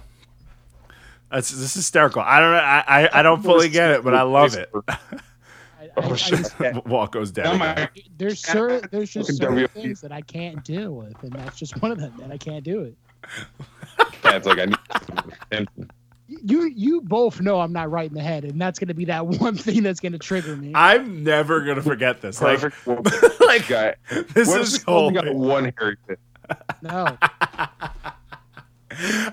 Speaker 2: That's this is hysterical. I don't know. I, I, I don't fully get it, but I love it.
Speaker 4: I, I,
Speaker 3: Oh
Speaker 4: I
Speaker 3: shit!
Speaker 4: just-
Speaker 2: Walk goes
Speaker 3: Now
Speaker 2: down.
Speaker 3: Oh my
Speaker 4: there's certain there's just
Speaker 3: Fucking
Speaker 4: certain
Speaker 3: WFP.
Speaker 4: things that I can't deal with, and that's just one of them that I can't do it.
Speaker 3: cat's like I need. attention.
Speaker 4: You you both know I'm not right in the head, and that's gonna be that one thing that's gonna trigger me.
Speaker 2: I'm never gonna forget this. Like,
Speaker 3: Perfect.
Speaker 2: like
Speaker 3: guy.
Speaker 2: this
Speaker 3: What if
Speaker 2: is
Speaker 3: she
Speaker 2: gold.
Speaker 3: only got one hairy pit?
Speaker 4: No,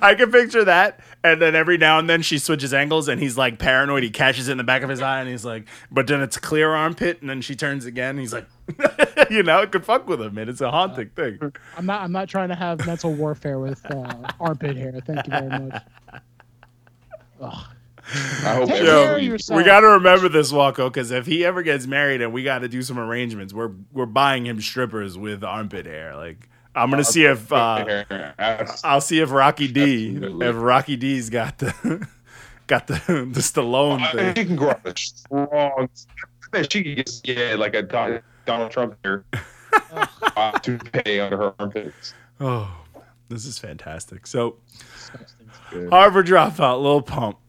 Speaker 2: I can picture that, And then every now and then she switches angles and he's like paranoid. He catches it in the back of his eye and he's like, but then it's clear armpit. And then she turns again. And he's like, you know, it could fuck with him, man. It's a haunting thing.
Speaker 4: I'm not. I'm not trying to have mental warfare with uh, armpit hair. Thank you very much. Ugh.
Speaker 3: I hope
Speaker 4: Take
Speaker 2: Yo,
Speaker 4: care of
Speaker 3: every-
Speaker 4: yourself.
Speaker 2: We got to remember this, Walko, because if he ever gets married and we got to do some arrangements, we're we're buying him strippers with armpit hair. Like I'm
Speaker 3: Oh,
Speaker 2: gonna see if uh, I'll see if Rocky D
Speaker 3: Absolutely.
Speaker 2: if Rocky D's got the got the the Stallone
Speaker 3: I
Speaker 2: thing.
Speaker 3: she can grow up a strong. I bet she could get yeah, like a Don, Donald Trump here. uh, toupee under her armpits.
Speaker 2: Oh, this is fantastic. So
Speaker 4: Disgusting.
Speaker 2: Harvard dropout, Lil Pump.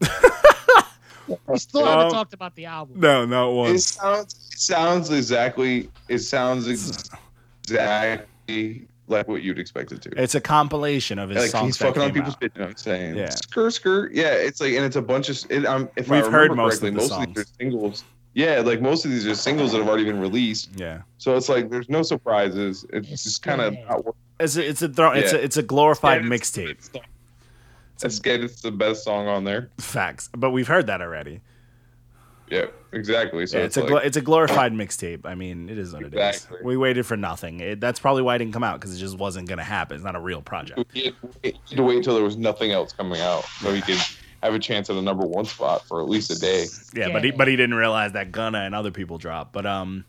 Speaker 4: We still
Speaker 2: Um,
Speaker 4: haven't talked about the album.
Speaker 2: no, not
Speaker 3: It
Speaker 2: once.
Speaker 3: sounds it sounds exactly it sounds exactly like what you'd expect it to.
Speaker 2: It's a compilation of his
Speaker 3: like
Speaker 2: songs
Speaker 3: he's
Speaker 2: that
Speaker 3: fucking on
Speaker 2: came
Speaker 3: people's
Speaker 2: out.
Speaker 3: bitch. You know what I'm saying,
Speaker 2: Yeah.
Speaker 3: skirt, skirt. Yeah, it's like, and it's a bunch of. It, um, if
Speaker 2: We've
Speaker 3: I
Speaker 2: heard
Speaker 3: remember
Speaker 2: most of
Speaker 3: correctly,
Speaker 2: the
Speaker 3: most of these are
Speaker 2: songs.
Speaker 3: singles. Yeah, like most of these are singles that have already been released.
Speaker 2: Yeah,
Speaker 3: So it's like there's no surprises. It's just kind of not worth
Speaker 2: it's a, it's a thro- it's
Speaker 3: Yeah.
Speaker 2: a, it's a glorified
Speaker 3: Yeah, it's-
Speaker 2: mixtape.
Speaker 3: That's good. It's the best song on there.
Speaker 2: Facts, but we've heard that already.
Speaker 3: Yeah, exactly. So
Speaker 2: Yeah,
Speaker 3: it's,
Speaker 2: it's a gl-
Speaker 3: like,
Speaker 2: it's a glorified mixtape. I mean, it is what
Speaker 3: Exactly.
Speaker 2: it is. We waited for nothing. It, that's probably why it didn't come out because it just wasn't gonna happen. It's not a real project.
Speaker 3: he had to wait until there was nothing else coming out so he could have a chance at a number one spot for at least a day.
Speaker 2: Yeah, but he
Speaker 4: Yeah.
Speaker 2: but he didn't realize that Gunna and other people dropped. But um,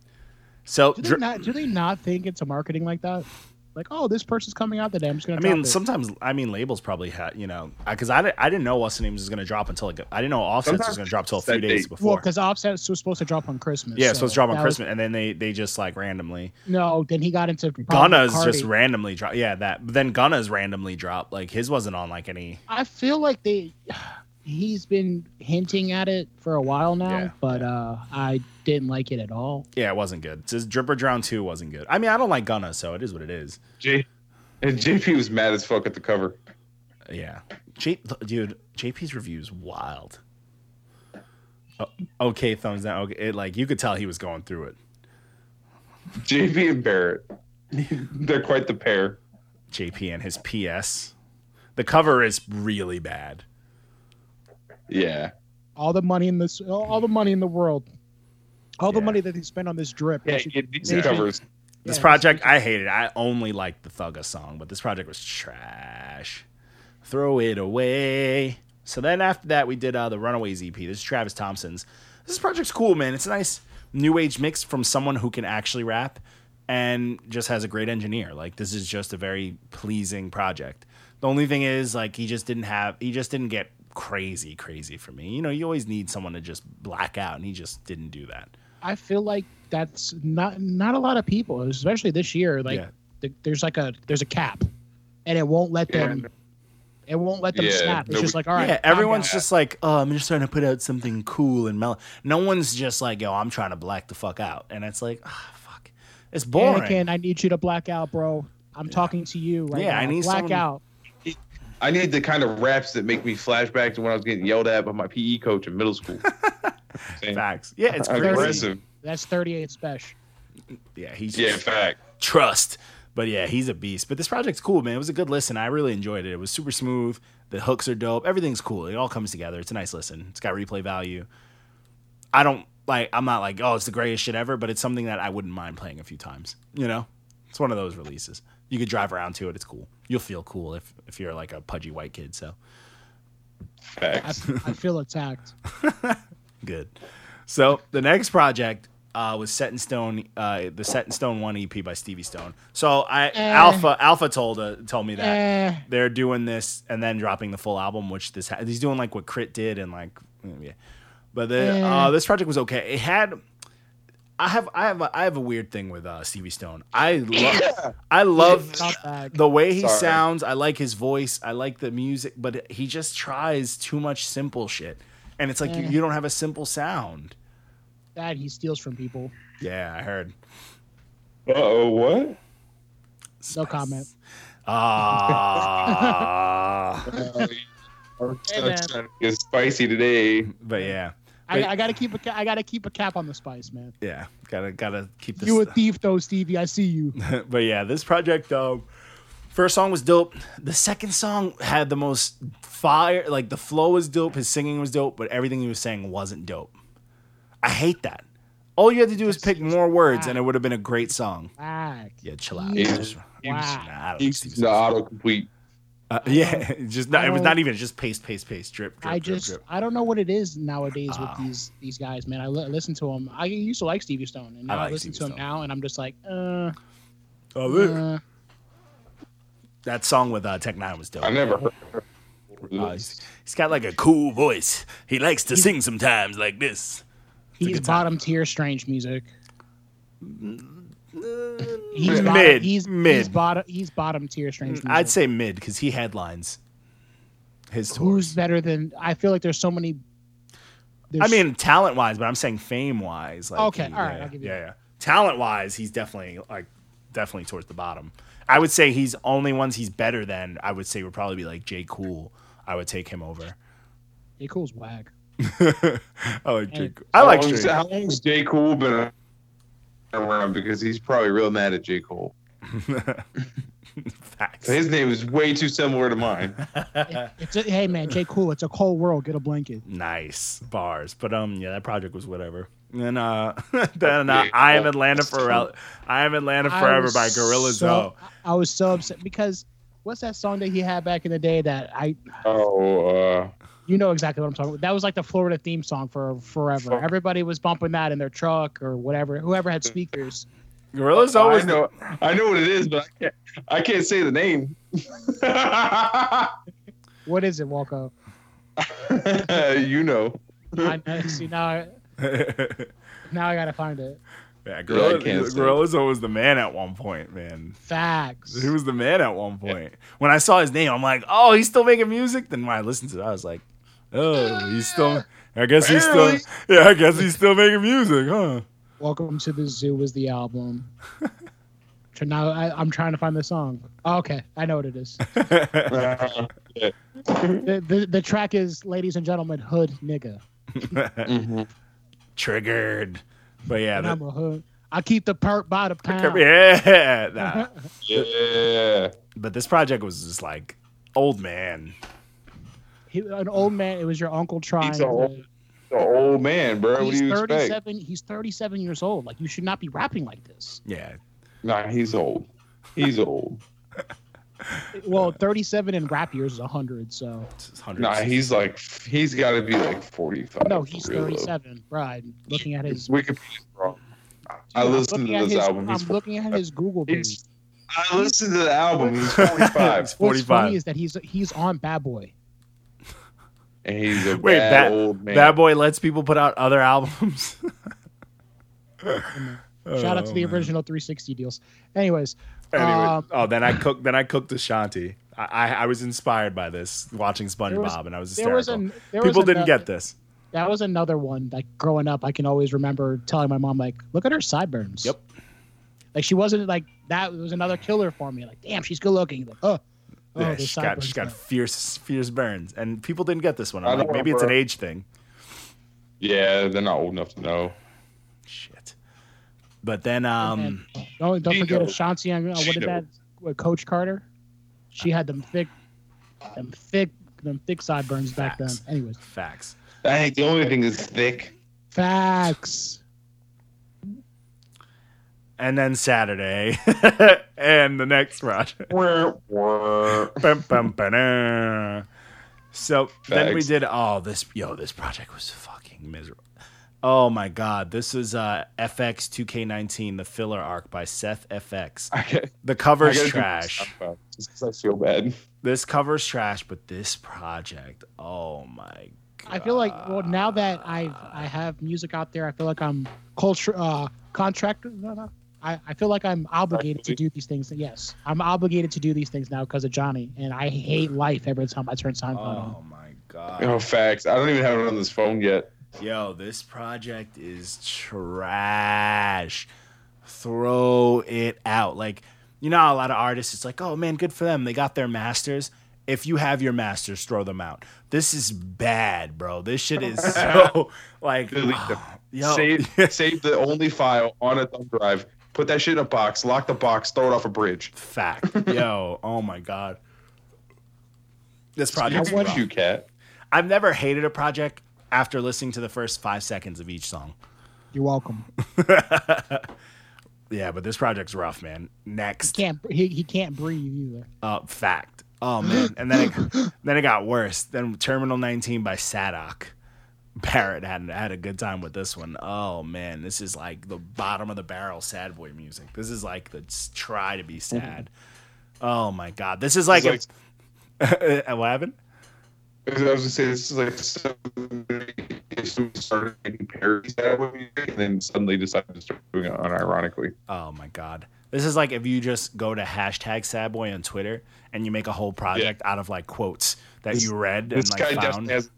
Speaker 2: so
Speaker 4: Do they
Speaker 2: dr-
Speaker 4: not? Do they not think into marketing like that? Like, oh, this person's coming out today. I'm just
Speaker 2: I
Speaker 4: gonna.
Speaker 2: mean,
Speaker 4: drop it.
Speaker 2: sometimes I mean labels probably had you know because I, di- I didn't know what's the names was gonna drop until like I didn't know Offset was
Speaker 3: Sometimes
Speaker 2: gonna drop till a
Speaker 3: it's that
Speaker 2: few days
Speaker 3: date.
Speaker 2: before.
Speaker 4: Well, because Offset was supposed to drop on Christmas.
Speaker 2: yeah, so it's dropped on
Speaker 4: that was-
Speaker 2: Christmas, and then they they just like randomly
Speaker 4: no, then he got into problems with
Speaker 2: Gunna's just
Speaker 4: Cardi.
Speaker 2: randomly drop. Yeah, that but then Gunna's randomly dropped. Like his wasn't on like any.
Speaker 4: I feel like they he's been hinting at it for a while now,
Speaker 2: Yeah.
Speaker 4: but uh I didn't like it at all.
Speaker 2: Yeah, it wasn't good. His Dripper Drown 2 wasn't good. I mean, I don't like Gunna, so it is what it is.
Speaker 3: J- and JP was mad as fuck at the cover.
Speaker 2: Yeah. J- dude, JP's review's wild. Oh, okay, thumbs down. Okay, it, like you could tell he was going through it.
Speaker 3: JP and Barrett. They're quite the pair.
Speaker 2: JP and his PS. The cover is really bad.
Speaker 3: Yeah.
Speaker 4: All the money in this all the money in the world. All the
Speaker 2: Yeah.
Speaker 4: money that they spent on this drip. they
Speaker 3: Yeah,
Speaker 4: should-
Speaker 3: yeah, these
Speaker 4: they should-
Speaker 3: covers.
Speaker 2: This
Speaker 4: Yeah.
Speaker 2: project, I hated. I only liked the Thugga song, but this project was trash. Throw it away. So then after that, we did uh, the Runaways EP. This is Travis Thompson's. This project's cool, man. It's a nice new age mix from someone who can actually rap and just has a great engineer. Like this is just a very pleasing project. The only thing is, like, he just didn't have. He just didn't get crazy, crazy for me. You know, you always need someone to just black out, and he just didn't do that.
Speaker 4: I feel like that's not not a lot of people, especially this year. Like
Speaker 2: Yeah.
Speaker 4: th- there's like a there's a cap, and it won't let
Speaker 3: Yeah.
Speaker 4: them. It won't let them
Speaker 3: Yeah,
Speaker 4: snap. It's
Speaker 3: no,
Speaker 4: just
Speaker 3: we-
Speaker 4: like all right.
Speaker 2: yeah,
Speaker 4: calm
Speaker 2: everyone's
Speaker 4: down.
Speaker 2: just like, oh, I'm just trying to put out something cool and mellow. No one's just like, yo, I'm trying to black the fuck out. And it's like, ah, fuck. It's boring.
Speaker 4: Anakin, I need you to black out, bro. I'm talking to you right
Speaker 2: Yeah,
Speaker 4: now.
Speaker 2: I need
Speaker 4: black
Speaker 2: someone-
Speaker 4: out.
Speaker 3: I need the kind of raps that make me flashback to when I was getting yelled at by my PE coach in middle school. Same.
Speaker 2: Facts. Yeah, it's crazy.
Speaker 3: Aggressive.
Speaker 4: That's 38 special.
Speaker 2: Yeah, he's
Speaker 3: Yeah,
Speaker 2: just
Speaker 3: fact.
Speaker 2: trust. But yeah, he's a beast. But this project's cool, man. It was a good listen. I really enjoyed it. It was super smooth. The hooks are dope. Everything's cool. It all comes together. It's a nice listen. It's got replay value. I don't like I'm not like, oh, it's the greatest shit ever, but it's something that I wouldn't mind playing a few times. You know? It's one of those releases. You could drive around to it, it's cool. You'll feel cool if if you're like a pudgy white kid, so
Speaker 4: I,
Speaker 3: Facts.
Speaker 4: I feel attacked.
Speaker 2: good. So the next project uh, was Set in Stone, uh, the Set in Stone One EP by Stevie Stone. So I Alpha Alpha told uh, told me that
Speaker 4: Eh,
Speaker 2: they're doing this and then dropping the full album, which this ha- he's doing like what Crit did and like mm, yeah. But the,
Speaker 4: Yeah.
Speaker 2: uh, this project was okay. It had I have I have a, I have a weird thing with uh, Stevie Stone. I love I love
Speaker 4: not bad.
Speaker 2: the way he
Speaker 3: Sorry.
Speaker 2: sounds. I like his voice. I like the music, but he just tries too much simple shit, and it's like you,
Speaker 4: Yeah.
Speaker 2: you don't have a simple sound.
Speaker 4: That he steals from people.
Speaker 2: Yeah, I heard.
Speaker 3: Uh oh, what?
Speaker 4: No comment.
Speaker 2: Ah,
Speaker 3: Our
Speaker 4: Hey, man.
Speaker 3: stuff is spicy today.
Speaker 2: but yeah,
Speaker 4: I,
Speaker 2: Wait.
Speaker 4: I gotta keep a ca- I gotta keep a cap on the spice, man.
Speaker 2: yeah, gotta gotta keep this.
Speaker 4: You a thief though, Stevie. I see you.
Speaker 2: but yeah, this project um First song was dope. The second song had the most fire. Like the flow was dope. His singing was dope, but everything he was saying wasn't dope. I hate that. All you had to do is pick more words, and it would have been a great song.
Speaker 4: Whack.
Speaker 2: Yeah, chill out.
Speaker 4: Yeah.
Speaker 2: Just-
Speaker 3: Wow.
Speaker 2: nah, I don't like
Speaker 3: He's
Speaker 2: Steve
Speaker 3: the
Speaker 2: Sexton.
Speaker 3: autocomplete.
Speaker 2: Uh, yeah, it's just not, it was
Speaker 4: I
Speaker 2: not
Speaker 4: don't-
Speaker 2: even just paste, paste, paste, drip, drip,
Speaker 4: Oh. I
Speaker 2: drip,
Speaker 4: just
Speaker 2: drip.
Speaker 4: I don't know what it is nowadays with
Speaker 2: Ah.
Speaker 4: these these guys, man. I li- listen to them. I used to like Stevie Stone, and
Speaker 2: I
Speaker 4: now I,
Speaker 2: like
Speaker 4: listen
Speaker 2: Stevie
Speaker 4: to him
Speaker 2: Stone.
Speaker 4: now, and I'm just like, uh,
Speaker 2: Uh,
Speaker 4: uh
Speaker 2: that song with uh, Tech Nine was dope.
Speaker 3: I never heard of
Speaker 2: Uh,
Speaker 3: this.
Speaker 2: he's- he's got like a cool voice. He likes to sing sometimes like this. a
Speaker 4: he's
Speaker 2: good time.
Speaker 4: bottom tier strange music. He's
Speaker 2: Mid,
Speaker 4: bottom, he's, he's
Speaker 2: mid. Mm,
Speaker 4: bottom he's bottom tier strange music.
Speaker 2: I'd say mid because he headlines his
Speaker 4: who's
Speaker 2: tours.
Speaker 4: better than I feel like there's so many.
Speaker 2: I
Speaker 4: there's-
Speaker 2: mean, talent wise, but I'm saying fame wise. Like,
Speaker 4: Okay,
Speaker 2: he-
Speaker 4: all right,
Speaker 2: yeah,
Speaker 4: I'll give you
Speaker 2: yeah, yeah. Talent wise, he's definitely like definitely towards the bottom. I would say he's only ones he's better than. I would say would probably be like J Cool. I would take him over.
Speaker 4: J Cole's whack.
Speaker 2: I like J.
Speaker 4: Hey.
Speaker 2: Cool. I like
Speaker 3: How
Speaker 2: J.
Speaker 3: long's-
Speaker 2: Cole.
Speaker 3: How long's J. Cole been around? Because he's probably real mad at J. Cole.
Speaker 2: Facts.
Speaker 3: His name is way too similar to mine.
Speaker 4: It's a, hey man, J Cole. It's a cold world. Get a blanket.
Speaker 2: Nice bars, but um, yeah, that project was whatever. And then uh, then uh, I am Atlanta forever. I am Atlanta
Speaker 4: I
Speaker 2: forever
Speaker 4: was
Speaker 2: by Gorillaz.
Speaker 4: so-
Speaker 2: Though
Speaker 4: I was so upset because what's that song that he had back in the day that I
Speaker 3: Oh, uh,
Speaker 4: You know exactly what I'm talking about. That was like the Florida theme song for forever.
Speaker 3: Fuck.
Speaker 4: Everybody was bumping that in their truck or whatever, whoever had speakers.
Speaker 2: Gorillaz
Speaker 3: I
Speaker 2: always
Speaker 3: know, I know what it is, but I can't, I can't say the name.
Speaker 4: What is it, Walco?
Speaker 3: you know.
Speaker 4: I know. See now, I,
Speaker 2: yeah,
Speaker 4: now I gotta find it.
Speaker 2: Gorillaz,
Speaker 3: can't say.
Speaker 2: Gorillaz was the man at one point, man.
Speaker 4: Facts.
Speaker 2: He was the man at one point. When I saw his name, I'm like, oh, he's still making music. Then when I listened to it, I was like, oh, he's still. I guess he's still.
Speaker 3: Barely.
Speaker 2: Yeah, I guess he's still making music, huh?
Speaker 4: Welcome to the Zoo was the album. Try- now I, I'm trying to find the song. Oh, okay, I know what it is. the, the The track is "Ladies and Gentlemen, Hood Nigga,"
Speaker 2: Mm-hmm. Triggered, but yeah,
Speaker 4: and
Speaker 2: that,
Speaker 4: I'm a hood. I keep the perp by the pound.
Speaker 2: yeah,
Speaker 4: Uh-huh.
Speaker 2: nah.
Speaker 3: Yeah.
Speaker 2: but this project was just like old man.
Speaker 4: He- an old man. It was your uncle trying.
Speaker 3: He's
Speaker 4: to-
Speaker 3: old. The old man, bro. What
Speaker 4: he's
Speaker 3: do you expect?
Speaker 4: 37 he's 37 years old like you should not be rapping like this
Speaker 2: Yeah,
Speaker 3: Nah, he's old. He's old.
Speaker 4: well 37 in rap years is 100 so
Speaker 3: Nah, he's like, he's got to be like 45.
Speaker 4: no he's
Speaker 3: for real, though.
Speaker 4: 37 right looking at his
Speaker 3: Wikipedia's wrong. I
Speaker 4: I'm
Speaker 3: listened
Speaker 4: looking
Speaker 3: to
Speaker 4: at
Speaker 3: this
Speaker 4: his-
Speaker 3: album. He's
Speaker 4: i'm looking at his google page
Speaker 3: He's- I listened to the album. He's 45,
Speaker 4: what's funny
Speaker 2: 45.
Speaker 4: is that he's he's on bad boy
Speaker 3: and he's a
Speaker 2: Wait,
Speaker 3: bad
Speaker 2: Bad-
Speaker 3: old man.
Speaker 2: Bad Boy lets people put out other albums.
Speaker 4: shout out to the
Speaker 2: Oh, man.
Speaker 4: original 360 deals anyways
Speaker 2: Anyway,
Speaker 4: um,
Speaker 2: oh, then I cooked. Then I cooked Ashanti. I, I, I was inspired by this watching
Speaker 4: There was-
Speaker 2: SpongeBob, and I was hysterical.
Speaker 4: there was an there
Speaker 2: people
Speaker 4: was
Speaker 2: didn't
Speaker 4: ano-
Speaker 2: get this.
Speaker 4: that was another one like growing up i can always remember telling my mom like look at her sideburns
Speaker 2: Yep.
Speaker 4: like she wasn't like that was another killer for me like damn she's good looking like oh oh
Speaker 2: yeah,
Speaker 4: the
Speaker 2: she's got
Speaker 4: sideburns
Speaker 2: she's got
Speaker 4: now.
Speaker 2: fierce fierce burns, and people didn't get this one.
Speaker 3: I
Speaker 2: I'm
Speaker 3: don't
Speaker 2: like, maybe it's an
Speaker 3: remember.
Speaker 2: age thing.
Speaker 3: Yeah, they're not old enough to know.
Speaker 2: Shit. But then, um,
Speaker 4: And don't don't
Speaker 3: She
Speaker 4: forget
Speaker 3: knows.
Speaker 4: Ashanti. and, Uh, what
Speaker 3: She
Speaker 4: did that?
Speaker 3: knows.
Speaker 4: What, Coach Carter? She had them thick, them thick, them thick sideburns back then.
Speaker 2: Facts.
Speaker 4: Anyways,
Speaker 2: facts.
Speaker 3: I think the only thing is thick.
Speaker 4: facts.
Speaker 2: And then Saturday, and the next project.
Speaker 3: Wah, wah.
Speaker 2: Bum, bum, ba-da. So then we
Speaker 3: Facts.
Speaker 2: did. Oh, this yo, this project was fucking miserable. Oh my god, this is uh, FX 2K19, the filler arc by Seth FX.
Speaker 3: I gotta-
Speaker 2: The
Speaker 3: I
Speaker 2: cover's
Speaker 3: gotta do
Speaker 2: trash.
Speaker 3: this. This- I feel bad.
Speaker 2: This cover's trash, but this project, oh my god.
Speaker 4: I feel like well now that I've I have music out there, I feel like I'm culture uh contract. No, no. I, I feel like I'm obligated to do these things. Yes, I'm obligated to do these things now because of Johnny, and I hate life every time I turn Seinfeld on.
Speaker 2: Oh my god.
Speaker 3: Oh, facts. I don't even have it on this phone yet.
Speaker 2: Yo, this project is trash. Throw it out. Like, you know, how a lot of artists, it's like, oh man, good for them. They got their masters. If you have your masters, throw them out. This is bad, bro. This shit is so like,
Speaker 3: Delete them.
Speaker 2: yo,
Speaker 3: Save, save the only file on a thumb drive Put that shit in a box, lock the box, throw it off a bridge.
Speaker 2: Fact. Yo, oh my god. This project.
Speaker 3: How would you, cat?
Speaker 2: I've never hated a project after listening to the first five seconds of each song.
Speaker 4: You're welcome.
Speaker 2: Yeah, but this project's rough, man. Next.
Speaker 4: Can't he, he can't breathe either.
Speaker 2: Uh, fact. Oh man, and then it, then it got worse. Then Terminal 19 by Sadok. Barrett had had a good time with this one. Oh man, this is like the bottom of the barrel sad boy music. This is like the s- try to be sad. Oh my god, this is like,
Speaker 3: It's
Speaker 2: if- what happened?
Speaker 3: I was gonna say this is like something started making parodies out of it, and then suddenly decided to start doing it unironically.
Speaker 2: Oh my god, this is like if you just go to hashtag sad boy on Twitter and you make a whole project out of like quotes that
Speaker 3: This-
Speaker 2: you read and
Speaker 3: This guy
Speaker 2: like found.
Speaker 3: definitely has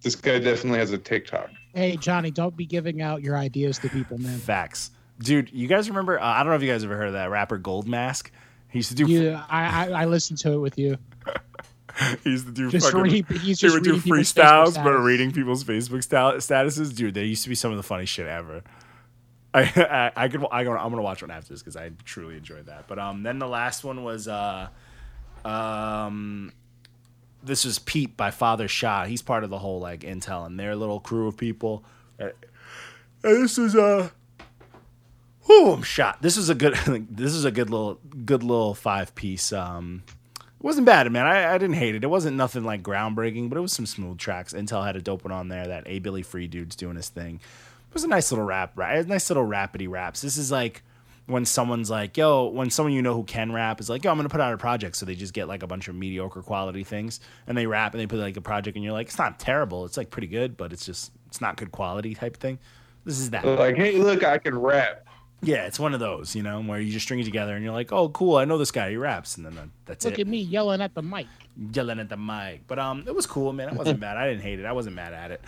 Speaker 3: this guy definitely has a TikTok.
Speaker 4: Hey Johnny, don't be giving out your ideas to people, man.
Speaker 2: Facts. Dude, you guys remember? Uh, I don't know if you guys ever heard of that rapper Gold Mask. He used to do.
Speaker 4: You, I, I, I listened to it with you.
Speaker 2: he used to do
Speaker 4: Just
Speaker 2: fucking.
Speaker 4: read, he's
Speaker 2: he
Speaker 4: just
Speaker 2: would do
Speaker 4: reading people's
Speaker 2: freestyles,
Speaker 4: Facebook
Speaker 2: but
Speaker 4: status.
Speaker 2: reading people's Facebook sta- statuses. Dude, they used to be some of the funniest shit ever. I I, I could I, I'm gonna watch one after this because I truly enjoyed that. But um, then the last one was uh, um, this was Pete by Father Shaw. He's part of the whole like Intel and their little crew of people. Uh, and this is uh Whew, I'm shot. This is a good. This is a good little, good little five piece. Um, it wasn't bad, man. I, I didn't hate it. It wasn't nothing like groundbreaking, but it was some smooth tracks. Intel had a dope one on there. That A Billy Free dude's doing his thing. It was a nice little rap, right? A nice little rapidy raps. This is like when someone's like, yo, when someone you know who can rap is like, yo, I'm gonna put out a project. So they just get like a bunch of mediocre quality things and they rap and they put like a project and you're like, it's not terrible. It's like pretty good, but it's just it's not good quality type thing. This is that.
Speaker 3: Like, hey, look, I can rap.
Speaker 2: Yeah, it's one of those, you know, where you just string it together and you're like, oh, cool, I know this guy, he raps, and then that- that's
Speaker 4: Look
Speaker 2: it,
Speaker 4: at me yelling at the mic.
Speaker 2: yelling at the mic. But um, it was cool, man. It wasn't bad. I didn't hate it. I wasn't mad at it.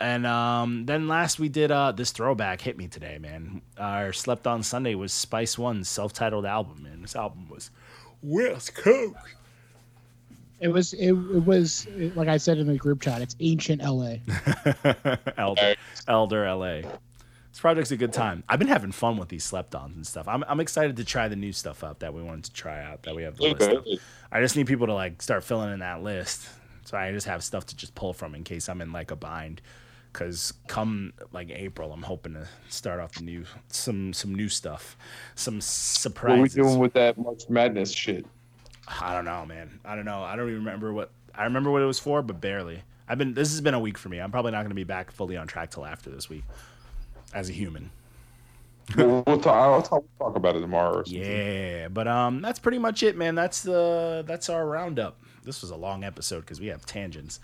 Speaker 2: And um, then last we did uh, this throwback hit me today, man. Our slept on Sunday was Spice One's self-titled album, man. This album was West Coast.
Speaker 4: It was it, it was it- like I said in the group chat. It's ancient LA.
Speaker 2: Elder, Elder LA. This project's a good time. I've been having fun with these slept ons and stuff. I'm, I'm excited to try the new stuff out that we wanted to try out that we have the list of. I just need people to like start filling in that list. So I just have stuff to just pull from in case I'm in like a bind. Cause come like April, I'm hoping to start off the new some some new stuff, some
Speaker 3: What are we
Speaker 2: surprises.
Speaker 3: doing with that March Madness shit?
Speaker 2: I don't know, man. I don't know. I don't even remember what I remember what it was for, but barely. I've been this has been a week for me. I'm probably not going to be back fully on track till after this week, as a human.
Speaker 3: we'll, we'll talk, I'll talk, we'll talk about it tomorrow. Or something.
Speaker 2: Yeah, but um, that's uh, pretty much it, man. That's the that's our roundup. This was a long episode because we have tangents.